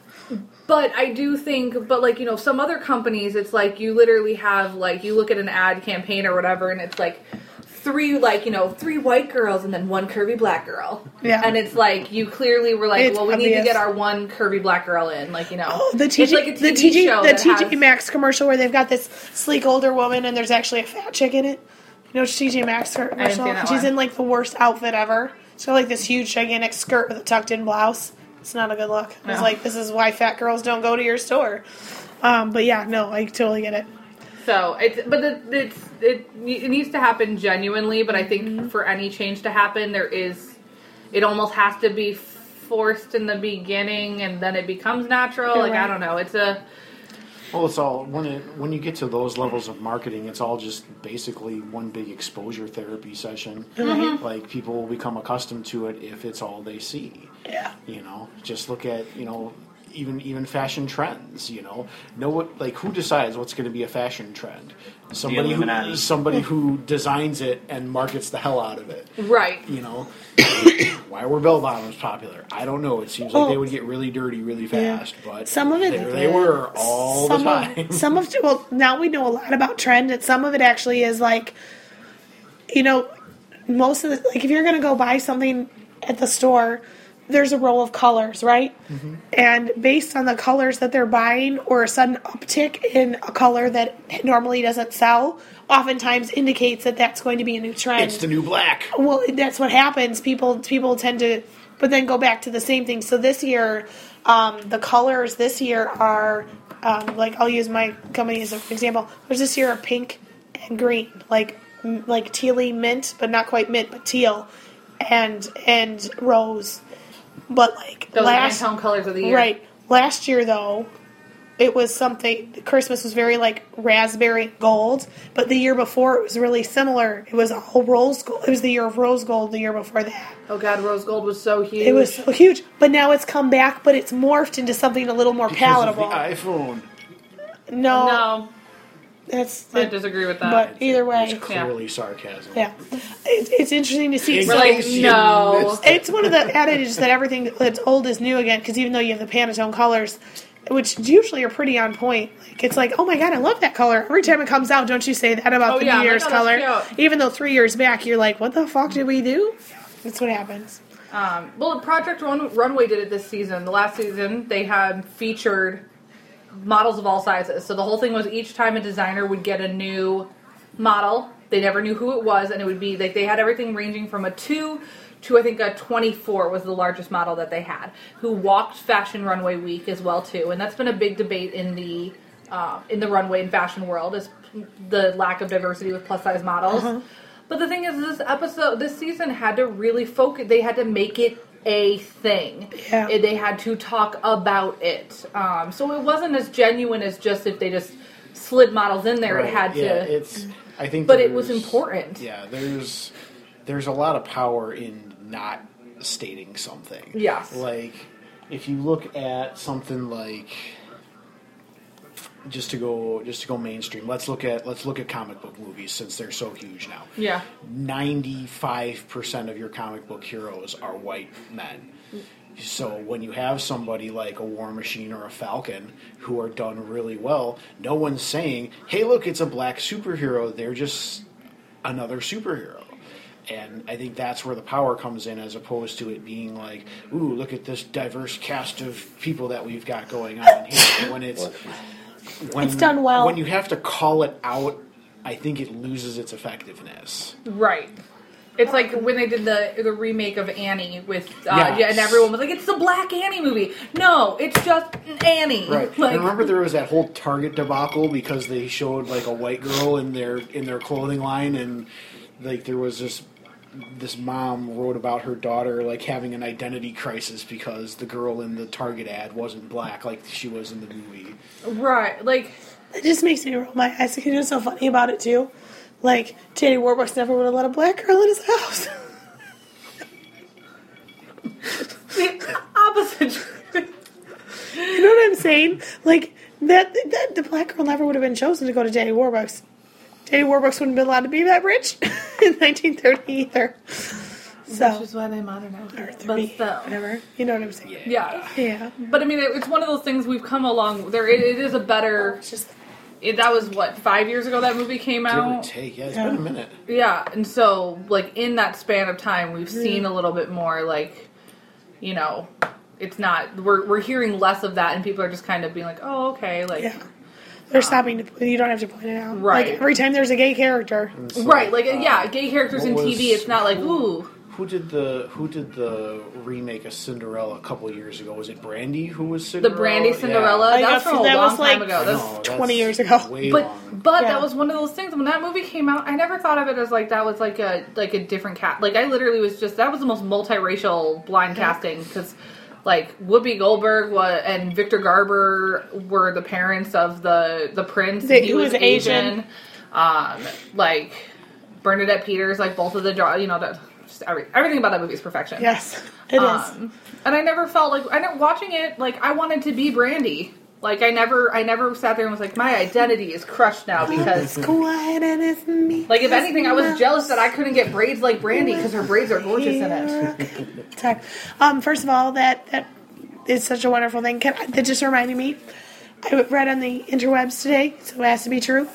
D: But I do think, but like, you know, some other companies, it's like you literally have, like, you look at an ad campaign or whatever, and it's like three, like, you know, three white girls and then one curvy black girl.
C: Yeah.
D: And it's like, you clearly were like,
C: It's
D: well, we need to
C: obvious.
D: get our one curvy black girl in, like, you know.
C: Oh, the
D: It's
C: TJ,
D: like a
C: the
D: TV
C: TJ,
D: show
C: the
D: that
C: TJ
D: has-
C: Maxx commercial where they've got this sleek older woman and there's actually a fat chick in it. You know, it's TJ Maxx commercial.
D: seen that
C: She's
D: one.
C: in like the worst outfit ever. She's got like this huge gigantic skirt with a tucked in blouse. It's not a good look. I was
D: No.
C: like, this is why fat girls don't go to your store. Um, but yeah, no, I totally get it.
D: So it's, but the, it's it it needs to happen genuinely. But I think
C: Mm-hmm.
D: for any change to happen, there is it almost has to be forced in the beginning, and then it becomes natural.
C: You're
D: like I
C: right.
D: don't know, it's a
F: Well, it's all when it when you get to those levels of marketing, it's all just basically one big exposure therapy session. Like people will become accustomed to it if it's all they see.
C: Yeah.
F: You know, just look at you know even even fashion trends. You know, know what like who decides what's going to be a fashion trend? Somebody who
B: Illuminati.
F: somebody who designs it and markets the hell out of it.
D: right.
F: You know, why were bell bottoms popular? I don't know. It seems like they would get really dirty really fast, but
C: Oh. Some of it-
F: there they were all
C: some
F: the time.
C: Of, some of well, now we know a lot about trend, and some of it actually is like, you know, most of the like if you're gonna go buy something at the store, there's a roll of colors, right?
F: Mm-hmm.
C: And based on the colors that they're buying, or a sudden uptick in a color that normally doesn't sell, oftentimes indicates that that's going to be a new trend.
F: It's the new black.
C: Well, that's what happens. People people tend to, but then go back to the same thing. So this year, um, the colors this year are um, like I'll use my company as an example. There's this year a pink and green, like m- like tealy mint, but not quite mint, but teal. and and rose. But like
D: Those
C: last
D: are the Antone colors of the year.
C: Right. Last year, though, it was something. Christmas was very like raspberry gold, but the year before it was really similar. It was all rose gold. It was the year of rose gold. The year before that,
D: Oh god, rose gold was so huge.
C: it was so huge. But now it's come back, but it's morphed into something a little more palatable.
F: Because of the iPhone.
C: no,
D: No,
C: that's
D: I disagree with that.
C: But either way,
F: It's clearly sarcasm.
C: yeah, it, it's interesting to see.
F: It's
D: We're
C: some-
D: like,
F: It's-
D: no.
F: it's-
C: it's one of the adages that everything that's old is new again because even though you have the Pantone colors which usually are pretty on point like it's like oh my god i love that color every time it comes out don't you say that about
D: Oh,
C: the
D: yeah, I'm
C: new
D: like,
C: year's
D: "Oh,
C: color
D: that's cute."
C: even though three years back you're like what the fuck did we do that's what happens
D: Um, well, Project Run- Runway did it this season. The last season, they had featured models of all sizes. So the whole thing was each time a designer would get a new model, they never knew who it was, and it would be like they had everything ranging from a two to I think a 24 was the largest model that they had, who walked Fashion Runway Week as well too, and that's been a big debate in the uh, in the runway and fashion world is the lack of diversity with plus size models. But the thing is, this episode, this season had to really focus. They had to make it a thing.
C: Yeah.
D: And They had to talk about it. Um, so it wasn't as genuine as just if they just slid models in there. It
F: Right,
D: had
F: yeah,
D: to.
F: It's. I think.
D: But it was
F: there's-
D: important.
F: Yeah. There's. There's a lot of power in not stating something.
D: Yes.
F: Like, if you look at something like. Just to go, just to go mainstream. Let's look at let's look at comic book movies since they're so huge now.
D: yeah.
F: 95% of your comic book heroes are white men. So when you have somebody like a War Machine or a Falcon who are done really well, no one's saying, "Hey, look, it's a black superhero." They're just another superhero. And I think that's where the power comes in, as opposed to it being like, "Ooh, look at this diverse cast of people that we've got going on here." When it's when,
C: It's done well.
F: When you have to call it out, I think it loses its effectiveness.
D: Right. It's like when they did the the remake of Annie with uh,
F: Yes.
D: yeah, and everyone was like, "It's the Black Annie movie." No, it's just Annie.
F: I
D: Like,
F: remember there was that whole Target debacle because they showed like a white girl in their in their clothing line, and like there was this this mom wrote about her daughter like having an identity crisis because the girl in the Target ad wasn't black like she was in the movie.
D: right. Like
C: it just makes me roll my eyes because you know what's so funny about it too like Teddy Warbucks never would have let a black girl in his house
D: the opposite.
C: you know what I'm saying like that, that the black girl never would have been chosen to go to Daddy Warbucks Daddy Warbucks wouldn't have been allowed to be that rich in 1930 either so
D: Which is why they modernized
C: or
D: it.
C: 30,
D: But still.
C: whatever. You know what I'm saying?
D: Yeah.
C: Yeah.
D: But I mean, it- it's one of those things we've come along. There, it, it is a better.
C: It's just
D: It, that was what five years ago that movie came
F: Give or
D: out.
F: take, yeah, it's
C: Yeah.
F: been a minute.
D: Oh. Yeah, and so like in that span of time, we've
C: Mm-hmm.
D: seen a little bit more. Like, you know, it's not we're we're hearing less of that, and people are just kind of being like, oh, okay, like.
C: yeah. They're stopping to. You don't have to point it out.
D: um, Right.
C: Like every time there's a gay character.
D: Right, like yeah, gay characters
F: uh, what
D: in
F: was-
D: TV. It's not like ooh,
F: Who did the Who did the remake of Cinderella a couple years ago? Was it Brandy who was
D: the
F: Cinderella?
D: Brandy
F: Yeah.
D: Cinderella.
C: I
D: That's
C: guess
D: from a
C: that
D: long
C: was,
D: time
C: like,
D: ago. That's
F: No,
C: 20
F: that's
C: years ago.
F: way
D: but
F: long.
D: but
C: Yeah.
D: that was one of those things when that movie came out i never thought of it as like that was like a like a different cat like i literally was just that was the most multiracial blind casting because like whoopi goldberg wa and victor garber were the parents of the the prince
C: They-
D: and
C: who was Asian.
D: um like bernadette peters like both of the draw you know that just every, everything about that movie is perfection
C: Yes. It is.
D: um, and I never felt like I never, watching it. Like I wanted to be Brandy. Like I never, I never sat there and was like, my identity is crushed now because,
C: it's quiet and it's me.
D: like, if anything, I was jealous that I couldn't get braids like Brandy because her braids are gorgeous in it.
C: it. Sorry. Um, first of all, that that is such a wonderful thing. Can, that just reminded me. I read on the interwebs today, so it has to be true.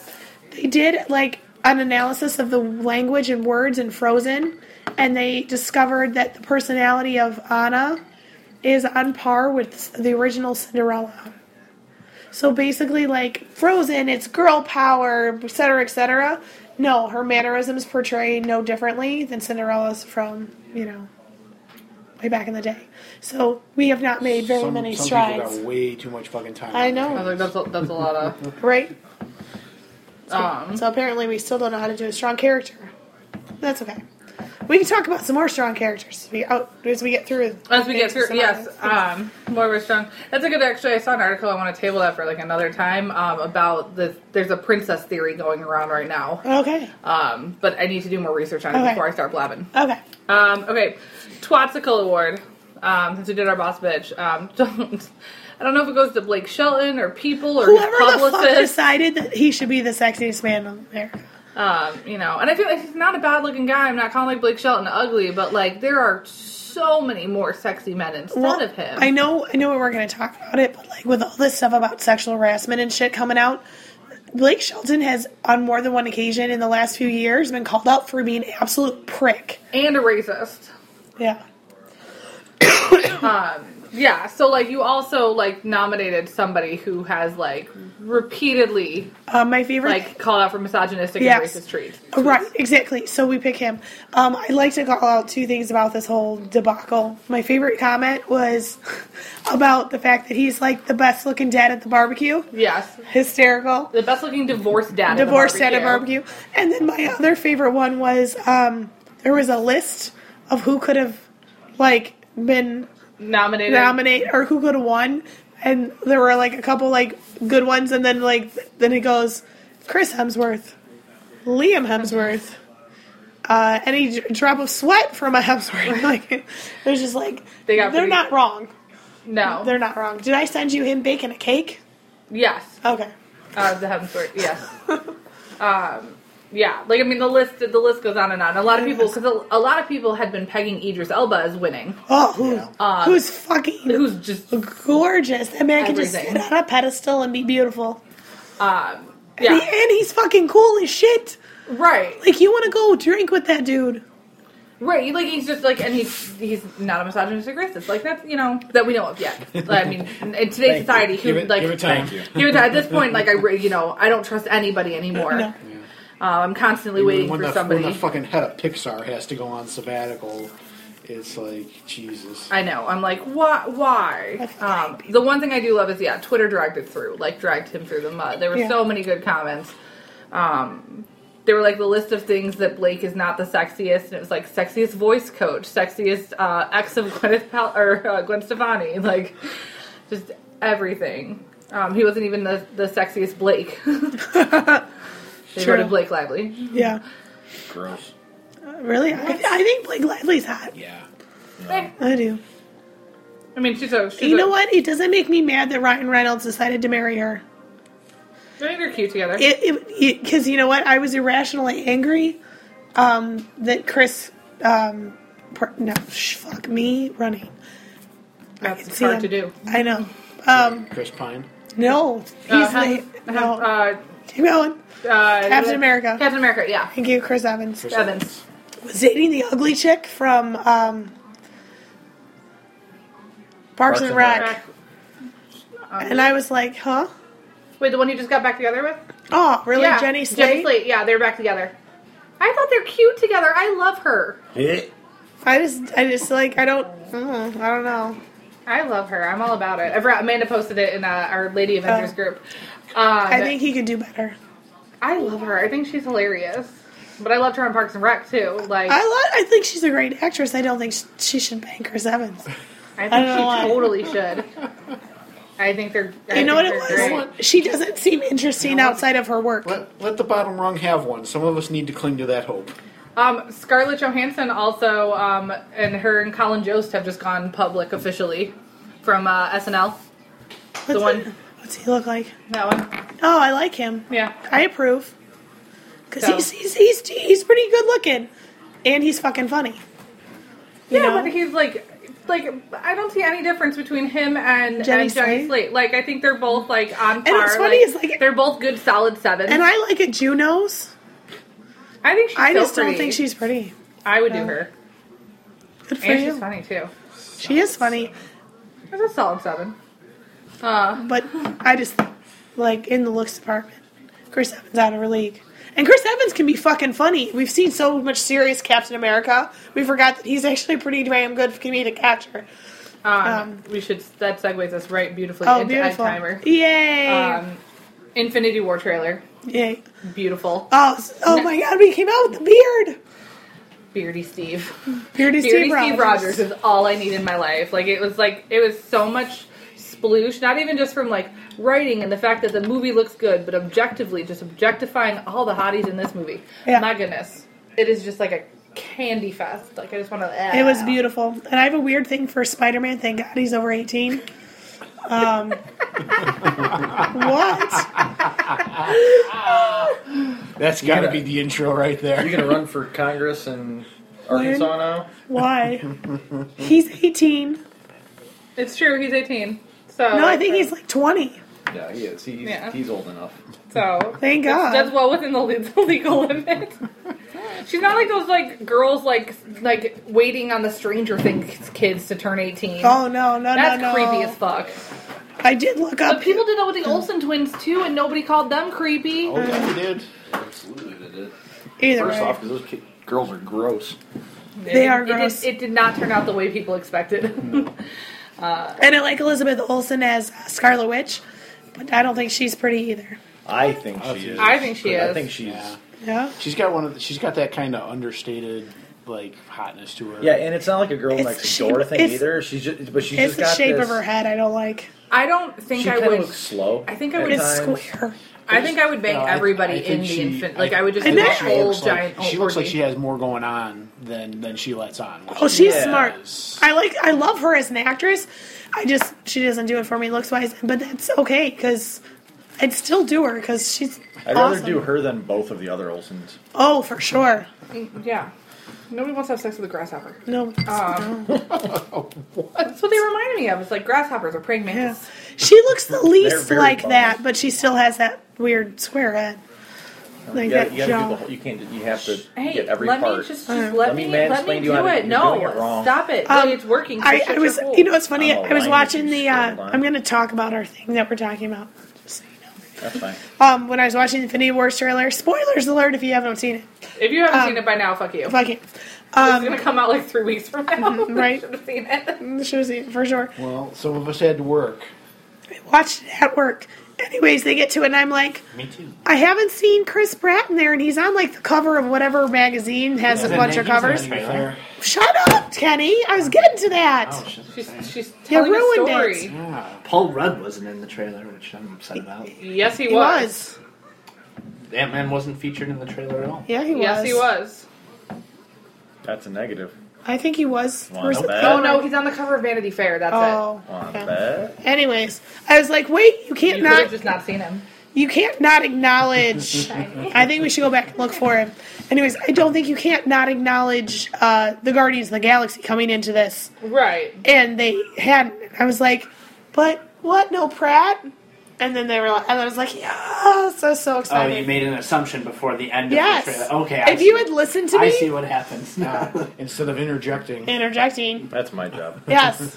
C: They did like an analysis of the language and words in Frozen, and they discovered that the personality of Anna is on par with the original Cinderella. So basically, like Frozen, it's girl power, et cetera, et cetera. No, her mannerisms portray no differently than Cinderella's from you know way back in the day. So we have not made very
F: some,
C: many
F: some
C: strides,
F: People got way too much fucking time.
C: I
F: on their
C: know.
D: I
F: hands.
D: was like, that's a, that's a lot of.
C: right?
D: Um,
C: So apparently, we still don't know how to do a strong character. That's okay. We can talk about some more strong characters as we, out, as we get through.
D: As we get through,
C: some
D: yes,
C: others.
D: um, more was strong. That's a good. Actually, I saw an article. I want to table that for like another time um, about the. There's a princess theory going around right now,
C: Okay.
D: um, but I need to do more research on it
C: Okay.
D: before I start blabbing.
C: Okay.
D: Um, okay, Twatsicle Award. Um, since we did our boss bitch, um, don't. I don't know if it goes to Blake Shelton or people or his
C: Whoever the fuck
D: publicist.
C: decided that he should be the sexiest man on America.
D: Um, you know, and I feel like he's not a bad looking guy. I'm not calling like Blake Shelton ugly, but like there are so many more sexy men instead
C: Well,
D: of him.
C: I know, I know we were going to talk about it, but like with all this stuff about sexual harassment and shit coming out, Blake Shelton has on more than one occasion in the last few years been called out for being an absolute prick.
D: and a racist.
C: Yeah.
D: Yeah, so like you also like nominated somebody who has like repeatedly
C: Um, my favorite.
D: like called out for misogynistic
C: Yes.
D: and racist treats.
C: Right, exactly. So we pick him. Um, I'd like to call out two things about this whole debacle. My favorite comment was about the fact that he's like the best looking dad at the barbecue.
D: Yes,
C: Hysterical.
D: the best looking divorced dad.
C: Divorced
D: at
C: dad
D: a
C: at barbecue. And then my other favorite one was um, there was a list of who could have like been
D: Nominated.
C: nominate or who could have won. And there were like a couple like good ones, and then like then it goes Chris Hemsworth, Liam Hemsworth, uh, any dr- drop of sweat from a Hemsworth. Like there's just like
D: They
C: they
D: got
C: got they're
D: pretty-
C: not wrong.
D: no.
C: They're not wrong. Did I send you him baking a cake?
D: yes.
C: Okay.
D: Uh, the Hemsworth. Yes. um, yeah, like I mean, the list the list goes on and on. A lot of people, because a, a lot of people had been pegging Idris Elba as winning,
C: Oh, who,
D: Uh,
C: who's fucking
D: who's just
C: gorgeous? That man can just sit
D: Everything.
C: on a pedestal and be beautiful.
D: um,
C: And he-
D: yeah,
C: and he's fucking cool as shit.
D: right.
C: Like you want to go drink with that dude.
D: Right, like he's just like, and he's he's not a misogynistic racist. Like that's you know that we know of yet. Like, I mean, in today's society, who
F: Give it-
D: like
F: give it time. Thank you.
D: give it time. At this point, like I re- you know I don't trust anybody anymore.
C: No.
D: Uh, I'm constantly waiting
F: when
D: for
F: the,
D: somebody.
F: When the fucking head of Pixar has to go on sabbatical, it's like Jesus.
D: I know. I'm like, why? Why? Um, the one thing I do love is yeah, Twitter dragged it through, like dragged him through the mud. There were
C: Yeah.
D: so many good comments. Um, there were like the list of things that Blake is not the sexiest, and it was like sexiest voice coach, sexiest uh, ex of Gwyneth Pal- or uh, Gwen Stefani, like just everything. Um, he wasn't even the, the sexiest Blake. they
C: True.
D: wrote a Blake Lively.
C: Yeah. Uh,
A: Gross.
C: Really? I, I think Blake Lively's hot.
A: Yeah.
D: Eh,
C: I do.
D: I mean, she's a. She's
C: You
D: a-
C: know what? It doesn't make me mad that Ryan Reynolds decided to marry her.
D: I think they're cute together.
C: It because you know what? I was irrationally angry um, that Chris. Um, per, no, sh- fuck me running.
D: That's
C: See,
D: hard
C: I'm-
D: to do.
C: I know. Um,
F: Chris Pine.
C: no, he's
D: Uh,
C: the
D: have-
C: no.
D: have, uh,
C: Keep going.
D: uh,
C: Captain America.
D: Captain America, yeah.
C: Thank you, Chris Evans.
F: Chris
D: Evans.
F: Evans.
C: Was dating the ugly chick from um, Parks, and Rec, and I was like, huh?
D: Wait, the one you just got back together with?
C: Oh, really?
D: yeah,
C: Jenny Slate.
D: Jenny Slate. Yeah, they're back together. I thought they're cute together. I love her.
C: I just, I just like, I don't, mm, I don't know.
D: I love her. I'm all about it. I forgot Amanda posted it in uh, our Lady Avengers
C: Oh.
D: group. Um,
C: I think he could do better.
D: I love her. I think she's hilarious. But I loved her on Parks and Rec too. Like
C: I
D: I,
C: lo- I think she's a great actress. I don't think sh- she should bang Chris Evans.
D: think
C: I don't know
D: she
C: why.
D: totally should. I think they're. I
C: You know what it
D: think
C: was?
D: they're great.
C: She doesn't seem interesting outside of her work.
F: Let, let the bottom rung have one. Some of us need to cling to that hope.
D: Um, Scarlett Johansson also, um, and her and Colin Jost have just gone public officially from uh, SNL.
C: What's
D: the one-
C: He, what's he look like?
D: That one,
C: Oh, I like him.
D: yeah.
C: I approve. Cause
D: So-
C: he's, he's he's he's pretty good looking, and he's fucking funny. You
D: yeah,
C: know?
D: but he's like, like I don't see any difference between him and
C: Jenny
D: and
C: Slate?
D: Jenny Slate. Like I think they're both like on par.
C: what's funny is, like-
D: they're both good, solid sevens.
C: and I like a Junos.
D: I think she's
C: I
D: so
C: just don't
D: pretty.
C: think she's pretty.
D: I would do her,
C: Good for
D: and she's
C: you.
D: funny too.
C: She is funny,
D: That's a solid seven. Uh,
C: but I just like in the looks department, Chris Evans out of her league. And Chris Evans can be fucking funny. We've seen so much serious Captain America. We forgot that he's actually a pretty damn good comedic actor.
D: um,
C: Um,
D: we should that segues us right beautifully
C: Oh,
D: into
C: beautiful!
D: Timer.
C: Yay!
D: Um, Infinity War trailer,
C: Yay!
D: beautiful.
C: Oh, s- oh
D: no-
C: my God! We came out with the beard.
D: Beardy Steve.
C: Beardy Steve,
D: Beardy
C: Rogers.
D: Steve Rogers is all I need in my life. Like it was like it was so much sploosh, not even just from like writing and the fact that the movie looks good, but objectively just objectifying all the hotties in this movie.
C: Yeah.
D: My goodness. It is just like a candy fest. Like I just ah. want to
C: It was beautiful. And I have a weird thing for Spider Man. Thank God he's over 18. Um, what?
F: That's got
A: Yeah.
F: to be the intro right
A: You
F: there.
A: gonna run for Congress in Arkansas now?
C: Why? He's 18.
D: It's true, he's 18. So
C: No, I think he's like 20.
A: Yeah, he is. He's
D: Yeah.
A: he's old enough.
D: so
C: Thank
D: That's, that's
C: God.
D: well within the le- legal limit. She's not like those like girls like like waiting on the Stranger Things kids to turn eighteen.
C: Oh, no, no,
D: That's
C: no, no.
D: creepy as fuck.
C: I did look
D: But
C: up.
D: people did that with the Olsen twins too, and nobody called them creepy.
F: Oh, yeah, we did.
A: Absolutely, they did.
C: Either
A: First
C: way.
A: off, because those ki- girls are gross.
C: They are
D: It did-
C: gross.
D: It did, not turn out the way people expected.
C: And I like Elizabeth Olsen as Scarlet Witch, but I don't think she's pretty either.
A: I think
F: I
A: she
F: think-
A: is.
D: I think she
A: I
D: is.
A: think she's.
F: Yeah.
C: Yeah.
F: She's got one of the, she's got that kind of understated like hotness to her.
A: Yeah, and it's not like a girl
C: It's
A: next
C: the
A: door
C: shape-
A: thing
C: it's-
A: either. She's just, but she's
C: It's
A: just
C: the
A: got
C: shape
A: this,
C: of her head I don't like.
D: I don't think
A: She
D: I
A: kind of
D: would.
A: looks slow.
D: I think I
A: at
D: would-
C: It's
A: times.
C: square.
D: I think I would bang
F: No, I-
D: everybody
F: I
D: in
F: think
D: the
F: she-
D: infant. Like I would just
F: I
D: do
C: think
D: the
C: she
D: whole
F: looks
D: giant.
F: Like, she looks like she has more going on than than she lets on. which
C: Oh,
F: is-
C: she's
A: Yeah.
C: smart. I like. I love her as an actress. I just she doesn't do it for me looks wise, but that's okay because I'd still do her because she's.
A: I'd rather
C: awesome.
A: do her than both of the other Olsons.
C: Oh, for sure.
D: has. Yeah. Nobody wants to have sex with a grasshopper.
C: No,
D: That's what they reminded me of. It's like grasshoppers are praying
C: yeah.
D: mantis.
C: she looks the least
A: very
C: like
A: bald.
C: that, but she still has that weird square head. Like
A: You, gotta,
C: that
A: you, gotta do
C: jaw.
A: the whole, you can't. You have to
D: Hey,
A: get every
D: let
A: part.
D: me just, just
C: Alright.
D: let,
A: Let me
D: me,
A: mansplain
D: let
A: to
D: me
A: you
D: do
A: on it.
D: it.
A: You're
D: No,
A: doing it wrong.
D: stop it.
C: Um,
D: Like, it's working.
C: I,
D: Shut
C: I
D: your
C: was,
D: hole.
C: you know, it's funny.
A: I'm a
C: I was
A: lion,
C: watching
A: you
C: the. Uh,
A: straight line.
C: I'm going to talk about our thing that we're talking about. Just so you know.
A: That's fine.
C: Um, when I was watching the Infinity Wars trailer, spoilers alert if you haven't seen it.
D: if you haven't
C: um,
D: seen it by now, fuck you.
C: Fuck it.
D: it's gonna come out like three weeks from now.
C: right.
D: Should have seen it.
C: Should have seen it for sure.
F: Well, some of us had to work.
C: Watched it at work. Anyways, they get to it, and I'm like,
B: Me too.
C: I haven't seen Chris Pratt in there, and he's on like the cover of whatever magazine has a
B: Isn't
C: bunch
B: it-
C: of
B: he's in the
C: covers.
B: trailer?
C: Shut up, Kenny. I was getting to that.
B: Oh, shit.
D: She's, she's
C: You
D: telling a
C: ruined
D: story.
C: it.
F: Yeah.
B: Paul Rudd wasn't in the trailer, which I'm upset about.
D: Yes, he,
C: he
D: was.
C: was.
B: Ant Man wasn't featured in the trailer at all.
C: Yeah, he was.
D: Yes, he was.
A: That's a negative.
C: I think he was.
A: Well,
C: Or is
A: no
C: it-
A: bad.
D: Oh no, he's on the cover of Vanity Fair. That's
C: Oh.
A: On
C: okay.
A: that.
C: Anyways, I was like, wait, you
D: it.
C: can't
D: You could
C: not
D: have just not seen him.
C: you can't not acknowledge. I think we should go back and look for him. Anyways, I don't think you can't not acknowledge uh, the Guardians of the Galaxy coming into this,
D: Right.
C: and they hadn't. I was like, but what? No Pratt? And then they were, like, and I was like, yes, I was so
B: Oh,
C: excited.
B: you made an assumption before the end
C: yes.
B: of the trailer. Okay, I
C: if
B: see.
C: you had listened to
B: I
C: me
B: see what happens now.
F: Instead of interjecting,
C: interjecting,
A: That's my job.
C: yes.